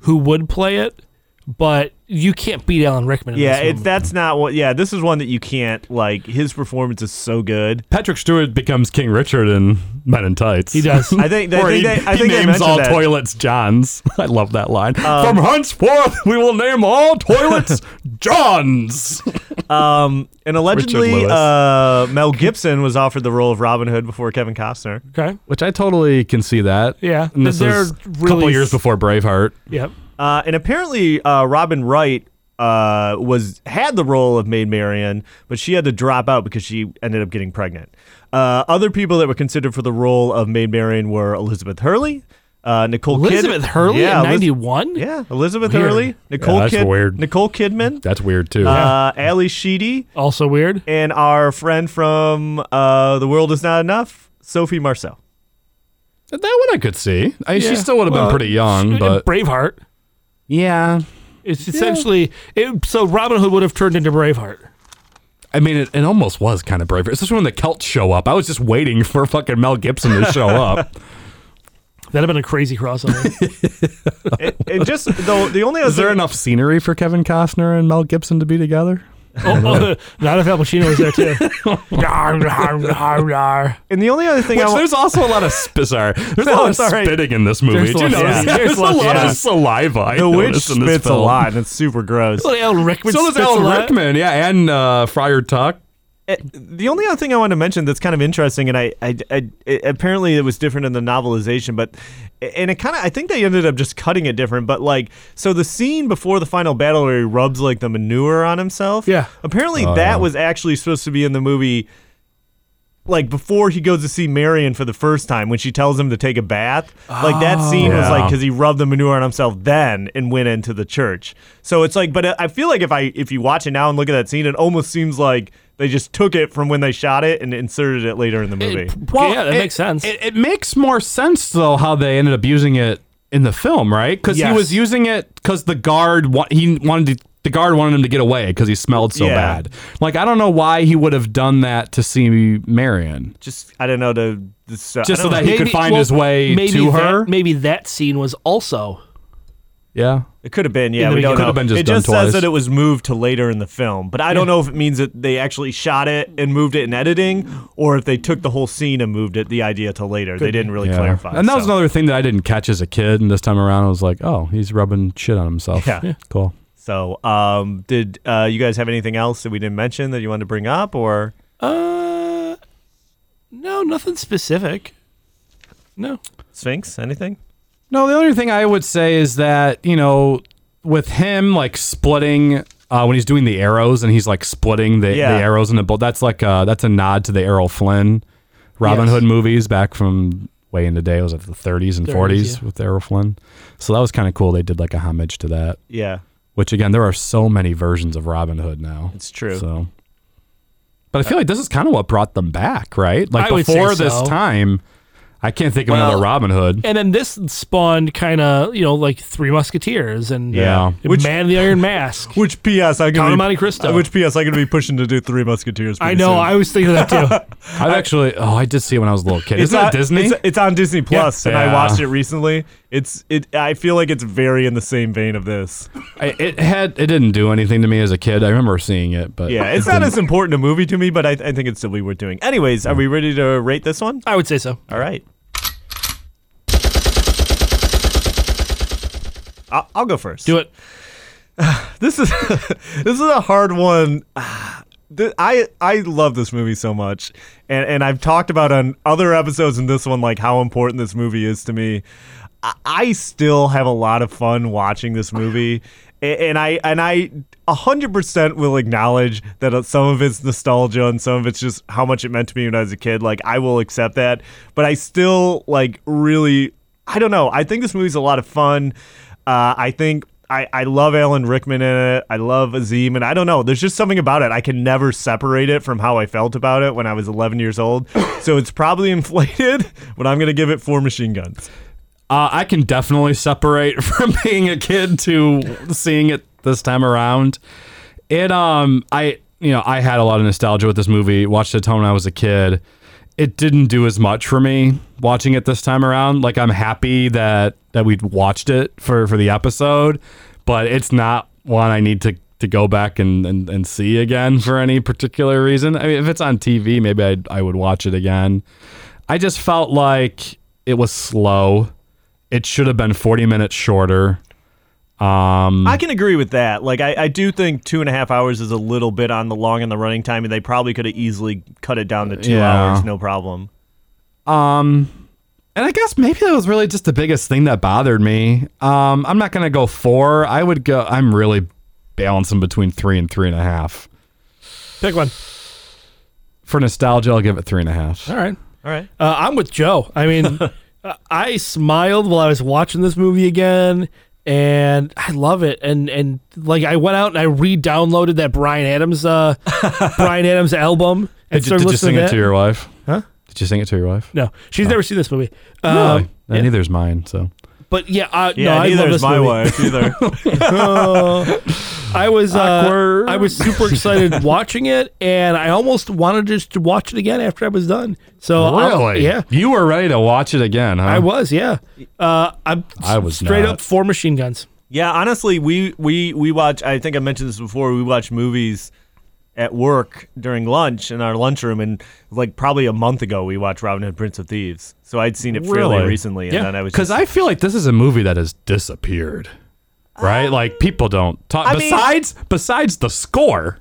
Speaker 9: who would play it, but you can't beat Alan Rickman. In
Speaker 1: Yeah,
Speaker 9: this
Speaker 1: it's
Speaker 9: movie.
Speaker 1: that's not what. Yeah, this is one that you can't like. His performance is so good.
Speaker 10: Patrick Stewart becomes King Richard in Men in Tights.
Speaker 9: he does.
Speaker 1: I think. I
Speaker 10: Or
Speaker 1: think
Speaker 10: he,
Speaker 1: they, I
Speaker 10: he
Speaker 1: think they
Speaker 10: names
Speaker 1: mentioned
Speaker 10: all
Speaker 1: that. Um,
Speaker 10: toilets Johns. I love that line. From henceforth, we will name all toilets Johns.
Speaker 1: Um, and allegedly,
Speaker 10: Lewis.
Speaker 1: uh, Mel Gibson was offered the role of Robin Hood before Kevin Costner.
Speaker 9: okay.
Speaker 10: Which I totally can see that.
Speaker 9: Yeah,
Speaker 10: And this
Speaker 9: they're
Speaker 10: is a couple
Speaker 9: really-
Speaker 10: years before Braveheart.
Speaker 9: Yep.
Speaker 1: Uh, and apparently, uh, Robin Wright uh, was had the role of Maid Marian, but she had to drop out because she ended up getting pregnant. Uh, other people that were considered for the role of Maid Marian were Elizabeth Hurley, uh, Nicole Kid-
Speaker 9: Elizabeth Hurley
Speaker 1: yeah,
Speaker 9: in
Speaker 1: Eliz-
Speaker 9: '91.
Speaker 1: yeah, Elizabeth
Speaker 9: Weird.
Speaker 1: Hurley, Nicole
Speaker 10: that's
Speaker 1: Kid-
Speaker 10: weird.
Speaker 1: Nicole Kidman,
Speaker 10: That's weird too.
Speaker 1: uh, Ali Sheedy,
Speaker 9: Also weird.
Speaker 1: and our friend from uh, The World Is Not Enough, Sophie Marceau.
Speaker 10: that one I could see. I mean,
Speaker 9: Yeah.
Speaker 10: she still would have
Speaker 9: Well,
Speaker 10: been pretty young,
Speaker 9: And
Speaker 10: but
Speaker 9: Braveheart.
Speaker 10: yeah.
Speaker 9: It's essentially it, so Robin Hood would have turned into Braveheart.
Speaker 10: I mean, it, it almost was kind of Braveheart, especially when the Celts show up. I was just waiting for fucking Mel Gibson to show up.
Speaker 9: That'd have been a crazy crossover.
Speaker 1: and, and just the, the only other
Speaker 10: Is there
Speaker 1: thing-
Speaker 10: enough scenery for Kevin Costner and Mel Gibson to be together?
Speaker 9: oh, oh, not if Al Pacino was there too. Yar, yar, yar, yar.
Speaker 1: And the only other thing I
Speaker 10: Which
Speaker 1: wa-
Speaker 10: there's also a lot of spit. Sorry, there's a lot of
Speaker 1: it's all right.
Speaker 10: spitting in this
Speaker 9: There's
Speaker 10: movie. Did you
Speaker 9: lots-
Speaker 10: notice?
Speaker 9: yeah,
Speaker 10: There's
Speaker 9: there's
Speaker 10: a
Speaker 9: lots-
Speaker 10: lot
Speaker 1: yeah.
Speaker 10: of saliva. I
Speaker 1: the witch
Speaker 10: noticed in this
Speaker 1: spits a
Speaker 10: film.
Speaker 1: lot, and it's super gross.
Speaker 9: So Alan Rickman.
Speaker 10: So does
Speaker 9: spits a
Speaker 10: Alan
Speaker 9: lot.
Speaker 10: Rickman, yeah, and uh, Friar Tuck.
Speaker 1: Uh, the only other thing I want to mention that's kind of interesting, and I, I, I- I- apparently it was different in the novelization, but and it kind of I think they ended up just cutting it different. But like, so the scene before the final battle where he rubs like the manure on himself,
Speaker 9: Yeah.
Speaker 1: apparently that was actually supposed to be in the movie. Like before he goes to see Marion for the first time, when she tells him to take a bath, like that scene was
Speaker 10: Yeah.
Speaker 1: like because he rubbed the manure on himself then and went into the church. So it's like, but I feel like if I if you watch it now and look at that scene, it almost seems like they just took it from when they shot it and inserted it later in the movie.
Speaker 9: yeah, that
Speaker 10: it-
Speaker 1: eh,
Speaker 9: makes sense.
Speaker 10: It, it makes more sense though how they ended up using it in the film, right? Because
Speaker 9: Yes.
Speaker 10: he was using it because the guard wa- he wanted to, the guard wanted him to get away because he smelled so
Speaker 1: Yeah.
Speaker 10: bad. Like I don't know why he would have done that to see Marion,
Speaker 1: just I don't know to just,
Speaker 10: just so that he could find
Speaker 9: well,
Speaker 10: his way
Speaker 9: maybe
Speaker 10: to
Speaker 9: that-
Speaker 10: her.
Speaker 9: Maybe that scene was also.
Speaker 10: yeah,
Speaker 1: it could have been yeah
Speaker 9: the
Speaker 1: we don't know.
Speaker 9: beginning.
Speaker 10: Could have been just
Speaker 1: it
Speaker 10: done
Speaker 1: just
Speaker 10: twice.
Speaker 1: says that it was moved to later in the film, but I don't know if it means that they actually shot it and moved it in editing, or if they took the whole scene and moved it the idea to later. they didn't really
Speaker 10: yeah.
Speaker 1: clarify.
Speaker 10: And that was
Speaker 1: so.
Speaker 10: another thing that I didn't catch as a kid, and this time around I was like, oh, he's rubbing shit on himself.
Speaker 1: Yeah.
Speaker 10: cool.
Speaker 1: So, um, did uh, you guys have anything else that we didn't mention that you wanted to bring up, or
Speaker 9: Uh, no, nothing specific. No.
Speaker 1: Sphinx? Anything?
Speaker 10: No, the only thing I would say is that, you know, with him like splitting uh, when he's doing the arrows and he's like splitting the,
Speaker 1: Yeah.
Speaker 10: the arrows in a bolt, that's like uh that's a nod to the Errol Flynn Robin
Speaker 9: Yes.
Speaker 10: Hood movies back from way in the day. It was like the 30s and 40s
Speaker 9: yeah.
Speaker 10: with Errol Flynn. So that was kind of cool. They did like a homage to that,
Speaker 1: Yeah,
Speaker 10: which again, there are so many versions of Robin Hood now.
Speaker 1: it's true.
Speaker 10: So, but I feel like this is kind of what brought them back, right? Like
Speaker 9: I would say
Speaker 10: before this
Speaker 9: so.
Speaker 10: time, I can't think of
Speaker 9: Well,
Speaker 10: another Robin Hood.
Speaker 9: And then this spawned kind of, you know, like Three Musketeers and uh,
Speaker 10: Yeah.
Speaker 1: Which-
Speaker 9: Man of the Iron Mask.
Speaker 1: Which P.S. I
Speaker 9: Count
Speaker 1: can Uh,
Speaker 9: of Monte Cristo.
Speaker 1: Which P.S. I could be pushing to do Three Musketeers.
Speaker 9: I
Speaker 1: pretty
Speaker 9: know.
Speaker 1: soon.
Speaker 9: I was thinking of that too.
Speaker 10: I've actually, oh, I did see it when I was a little kid.
Speaker 1: It's
Speaker 10: Isn't
Speaker 1: on-
Speaker 10: it Disney?
Speaker 1: It's, it's on Disney Plus, and I
Speaker 10: Yeah.
Speaker 1: watched it recently. It's it. I feel like it's very in the same vein of this.
Speaker 10: I, it had it didn't do anything to me as a kid. I remember seeing it, but
Speaker 1: Yeah, it's
Speaker 10: it
Speaker 1: not
Speaker 10: didn't-
Speaker 1: as important a movie to me, but I, I think it's still worth doing. Anyways, are we ready to rate this one?
Speaker 9: I would say so.
Speaker 1: All right. I'll, I'll go first.
Speaker 9: Do it.
Speaker 1: This is this is a hard one. Ah, th- I I love this movie so much, and and I've talked about on other episodes in this one like how important this movie is to me. I, I still have a lot of fun watching this movie, a- and I and I hundred percent will acknowledge that uh, some of it's nostalgia and some of it's just how much it meant to me when I was a kid. Like I will accept that, but I still like really I don't know. I think this movie's a lot of fun. Uh, I think I, I love Alan Rickman in it. I love Azim, and I don't know. There's just something about it. I can never separate it from how I felt about it when I was 11 years old. so it's probably inflated, but I'm gonna give it four machine guns.
Speaker 10: Uh, I can definitely separate from being a kid to seeing it this time around. It um I you know I had a lot of nostalgia with this movie. Watched it a ton when I was a kid. It didn't do as much for me watching it this time around. Like I'm happy that that we watched it for for the episode, but it's not one I need to to go back and, and, and see again for any particular reason. I mean, if it's on TV, maybe I I would watch it again. I just felt like it was slow. It should have been 40 minutes shorter.
Speaker 9: Mm.
Speaker 10: Um,
Speaker 1: I can agree with that. Like I, I do think two and a half hours is a little bit on the long and the running time, and they probably could have easily cut it down to two
Speaker 10: Yeah.
Speaker 1: hours, no problem.
Speaker 10: um, and I guess maybe that was really just the biggest thing that bothered me. Um, I'm not gonna go four. I would go. I'm really balancing between three and three and a half.
Speaker 9: Pick one.
Speaker 10: For nostalgia, I'll give it three and a half.
Speaker 9: All right.
Speaker 1: All right.
Speaker 9: Uh, I'm with Joe. I mean, uh, I smiled while I was watching this movie again, and I love it. And and like I went out and I re-downloaded that Brian Adams uh, Brian Adams album. And
Speaker 10: Did you, did you sing it to
Speaker 9: that.
Speaker 10: your wife? Huh? Did you sing it to your wife?
Speaker 9: No, she's never seen this movie.
Speaker 10: Really?
Speaker 9: Um,
Speaker 10: Uh, Neither's mine. So
Speaker 9: But yeah, uh,
Speaker 1: Yeah,
Speaker 9: no, I
Speaker 1: neither
Speaker 9: love
Speaker 1: is
Speaker 9: this
Speaker 1: my
Speaker 9: movie.
Speaker 1: wife either.
Speaker 9: Uh, I was uh,
Speaker 10: Awkward.
Speaker 9: I was super excited watching it, and I almost wanted just to watch it again after I was done. So I'll- yeah,
Speaker 10: You were ready to watch it again, huh?
Speaker 9: I was. Yeah, uh, I'm
Speaker 10: I was
Speaker 9: straight
Speaker 10: not.
Speaker 9: up four machine guns.
Speaker 1: Yeah, honestly, we we we watch. I think I mentioned this before. We watch movies at work during lunch in our lunchroom, and like probably a month ago, we watched Robin Hood, Prince of Thieves. So I'd seen it fairly
Speaker 10: Really?
Speaker 1: recently, and
Speaker 9: Yeah,
Speaker 1: then I was
Speaker 10: Because
Speaker 1: just-
Speaker 10: I feel like this is a movie that has disappeared, right? like people don't talk.
Speaker 1: Um, I mean-
Speaker 10: besides, besides the score,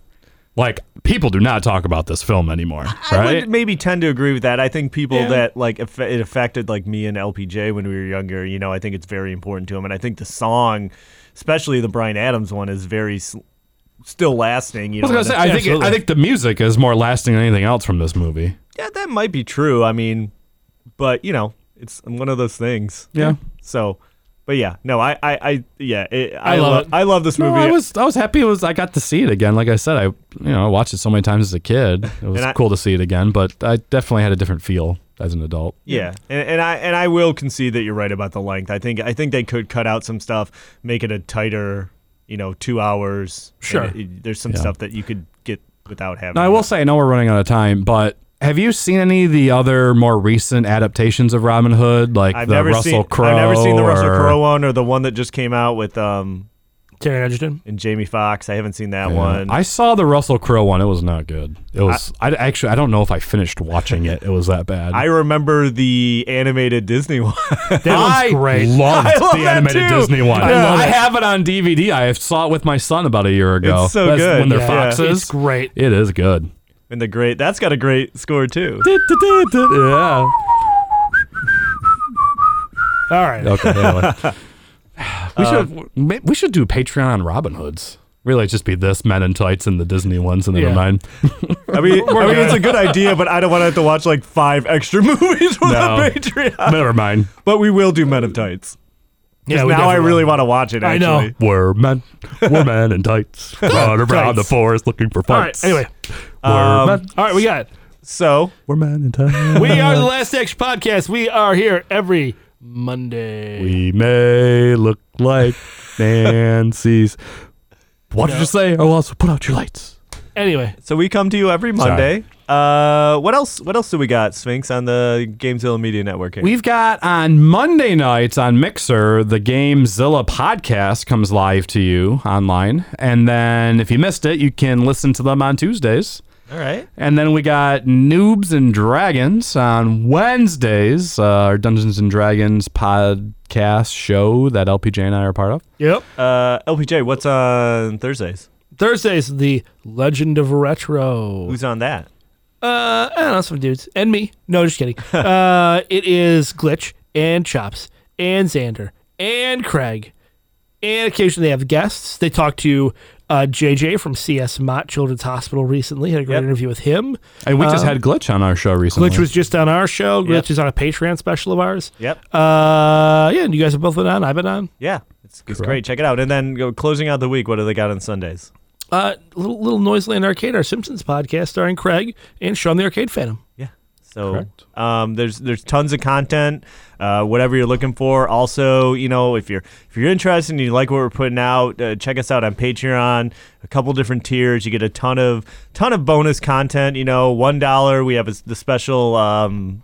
Speaker 10: like people do not talk about this film anymore,
Speaker 1: I
Speaker 10: right?
Speaker 1: would maybe tend to agree with that. I think people
Speaker 10: Yeah.
Speaker 1: that like aff- it affected like me and LPJ when we were younger. You know, I think it's very important to him, and I think the song, especially the Brian Adams one, is very s still lasting. You
Speaker 10: I was
Speaker 1: know,
Speaker 10: gonna say,
Speaker 1: and-
Speaker 10: I think
Speaker 9: absolutely.
Speaker 10: I think the music is more lasting than anything else from this movie.
Speaker 1: yeah, that might be true. I mean, but you know, it's one of those things.
Speaker 10: Yeah,
Speaker 1: So, but yeah, no, I, I, I yeah, it, I,
Speaker 9: love
Speaker 1: love,
Speaker 9: it.
Speaker 1: I love this
Speaker 10: no,
Speaker 1: movie.
Speaker 10: I was I was happy. It was I got to see it again. Like I said, I you know I watched it so many times as a kid. It was
Speaker 1: I-
Speaker 10: cool to see it again, but I definitely had a different feel as an adult.
Speaker 1: yeah, and, and I and I will concede that you're right about the length. I think I think they could cut out some stuff, make it a tighter, you know, two hours. and
Speaker 9: Sure.
Speaker 1: it- it- there's some stuff that you could get without having.
Speaker 10: Now, I
Speaker 1: that.
Speaker 10: will say, I know we're running out of time, but have you seen any of the other more recent adaptations of Robin Hood, like
Speaker 1: I've
Speaker 10: the
Speaker 1: never
Speaker 10: Russell
Speaker 1: seen.
Speaker 10: Crowe?
Speaker 1: I've never seen the Russell
Speaker 10: or-
Speaker 1: Crowe one or the one that just came out with um
Speaker 9: Terry Edgerton.
Speaker 1: and Jamie Foxx. I haven't seen that
Speaker 10: Yeah.
Speaker 1: one.
Speaker 10: I saw the Russell Crowe one. It was not good. It was. I, actually, I don't know if I finished watching it. It was that bad.
Speaker 1: I remember the animated Disney one.
Speaker 9: That
Speaker 10: I
Speaker 9: one's great.
Speaker 10: loved
Speaker 1: I love
Speaker 10: the
Speaker 1: that
Speaker 10: animated
Speaker 1: too.
Speaker 10: Disney one.
Speaker 1: I love it.
Speaker 10: have it on DVD. I saw it with my son about a year ago.
Speaker 1: It's so
Speaker 10: That's
Speaker 1: good.
Speaker 10: When they're
Speaker 1: Yeah.
Speaker 10: foxes,
Speaker 9: It's great.
Speaker 10: It is good.
Speaker 1: and the great. That's got a great score too.
Speaker 10: Yeah.
Speaker 9: All right.
Speaker 10: Okay. anyway. we
Speaker 9: Um,
Speaker 10: should ma- we should do Patreon on Robin Hoods. Really, it'd just be this Men in Tights and the Disney ones, and never
Speaker 9: Yeah.
Speaker 10: mind.
Speaker 1: I mean, I mean, it's a good idea, but I don't want to have to watch like five extra movies for
Speaker 10: No.
Speaker 1: the Patreon.
Speaker 10: never mind.
Speaker 1: But we will do Men of Tights.
Speaker 9: Yeah, we
Speaker 1: now I
Speaker 9: definitely-
Speaker 1: really want to watch it.
Speaker 9: I
Speaker 1: Actually.
Speaker 9: know.
Speaker 10: We're men, we're men in tights, run around
Speaker 9: Tights.
Speaker 10: the forest looking for
Speaker 9: All right.
Speaker 10: fights.
Speaker 9: Anyway.
Speaker 10: we're,
Speaker 1: Um,
Speaker 10: men,
Speaker 9: All right. We got it.
Speaker 1: So
Speaker 10: we're men in tights.
Speaker 9: We are the Last Action Podcast. We are here every Monday.
Speaker 10: we may look like Nancy's. What did you say? Oh, also put out your lights.
Speaker 9: anyway.
Speaker 1: so we come to you every Monday Uh, what else? What else do we got, Sphinx, on the Gamezilla Media Network? Here?
Speaker 10: We've got on Monday nights on Mixer, the Gamezilla podcast comes live to you online. And then if you missed it, you can listen to them on Tuesdays.
Speaker 1: All right.
Speaker 10: And then we got Noobs and Dragons on Wednesdays, uh, our Dungeons and Dragons podcast show that LPJ and I are part of.
Speaker 9: Yep.
Speaker 1: Uh, LPJ, what's on Thursdays?
Speaker 9: Thursday's the Legend of Retro.
Speaker 1: Who's on that?
Speaker 9: Uh, I don't know, some dudes. And me. No, just kidding. uh, it is Glitch and Chops and Xander and Craig. And occasionally they have guests. They talked to uh, JJ from CS Mott Children's Hospital recently. Had a great
Speaker 10: Yep.
Speaker 9: interview with him.
Speaker 10: And we just
Speaker 9: Um,
Speaker 10: had Glitch on our show recently.
Speaker 9: Glitch was just on our show. Glitch
Speaker 10: Yep.
Speaker 9: is on a Patreon special of ours.
Speaker 1: Yep.
Speaker 9: Uh, yeah, and you guys have both been on. I've been on.
Speaker 1: Yeah, it's, it's great. Check it out. And then go, closing out the week, what do they got on Sundays?
Speaker 9: Uh, little, little Noiseland Arcade, our Simpsons podcast starring Craig and Sean the Arcade Phantom.
Speaker 1: Yeah. So um, there's there's tons of content, uh, whatever you're looking for. Also, you know, if you're if you're interested and you like what we're putting out, uh, check us out on Patreon. A couple different tiers, you get a ton of ton of bonus content. You know, one dollar we have a s the special um,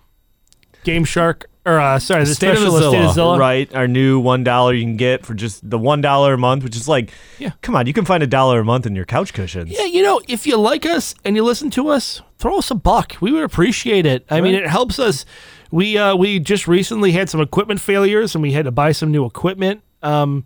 Speaker 9: Game Shark, or uh, sorry, the special of State of Zilla.
Speaker 1: right? Our new one dollar you can get for just the one dollar a month, which is like, yeah. come on, you can find a dollar a month in your couch cushions.
Speaker 9: Yeah, you know, if you like us and you listen to us, throw us a buck. We would appreciate it. I mean,
Speaker 1: Right.
Speaker 9: it helps us. We uh, we just recently had some equipment failures, and we had to buy some new equipment. Um,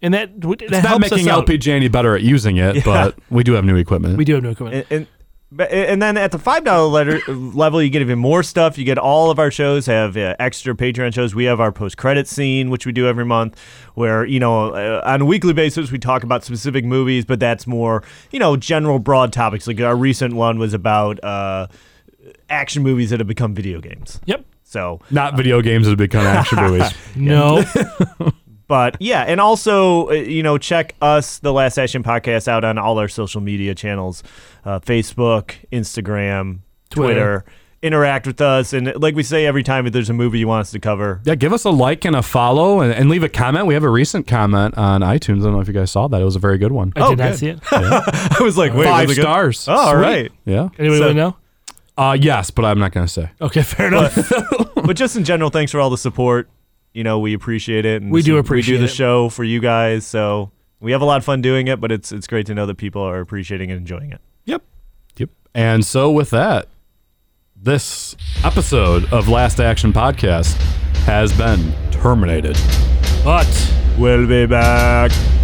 Speaker 9: and that that
Speaker 10: it's not
Speaker 9: helps
Speaker 10: making
Speaker 9: us out.
Speaker 10: LPJ any better at using it,
Speaker 9: Yeah.
Speaker 10: but we do have new equipment.
Speaker 9: We do have new equipment.
Speaker 1: and, and but- and then at the five dollar letter level, you get even more stuff. You get all of our shows, have uh, extra Patreon shows. We have our post credit scene, which we do every month, where you know uh, on a weekly basis we talk about specific movies, but that's more you know general broad topics. Like our recent one was about uh, action movies that have become video games.
Speaker 9: Yep.
Speaker 1: So
Speaker 10: Not video games that become action movies.
Speaker 9: No.
Speaker 1: but yeah, and also uh, you know check us the Last Action Podcast out on all our social media channels, uh, Facebook, Instagram, Twitter.
Speaker 10: Twitter.
Speaker 1: Interact with us, and like we say every time, if there's a movie you want us to cover,
Speaker 10: Yeah, give us a like and a follow and, and leave a comment. We have a recent comment on iTunes. I don't know if you guys saw that. It was a very good one.
Speaker 9: I did not see it.
Speaker 1: I was like, Oh, wait,
Speaker 10: Five
Speaker 1: was it good?
Speaker 10: stars.
Speaker 1: Oh, all
Speaker 10: Sweet.
Speaker 1: right.
Speaker 10: Yeah.
Speaker 9: Anybody
Speaker 1: So-
Speaker 9: wanna know?
Speaker 10: Uh, yes, but I'm not going to say.
Speaker 9: Okay, fair enough.
Speaker 1: but just in general, thanks for all the support. You know, we appreciate it. And
Speaker 9: We do
Speaker 1: We
Speaker 9: appreciate
Speaker 1: do the
Speaker 9: it.
Speaker 1: show for you guys, so we have a lot of fun doing it. But it's it's great to know that people are appreciating and enjoying it.
Speaker 9: Yep.
Speaker 10: Yep. And so with that, this episode of Last Action Podcast has been terminated.
Speaker 9: But
Speaker 1: We'll be back.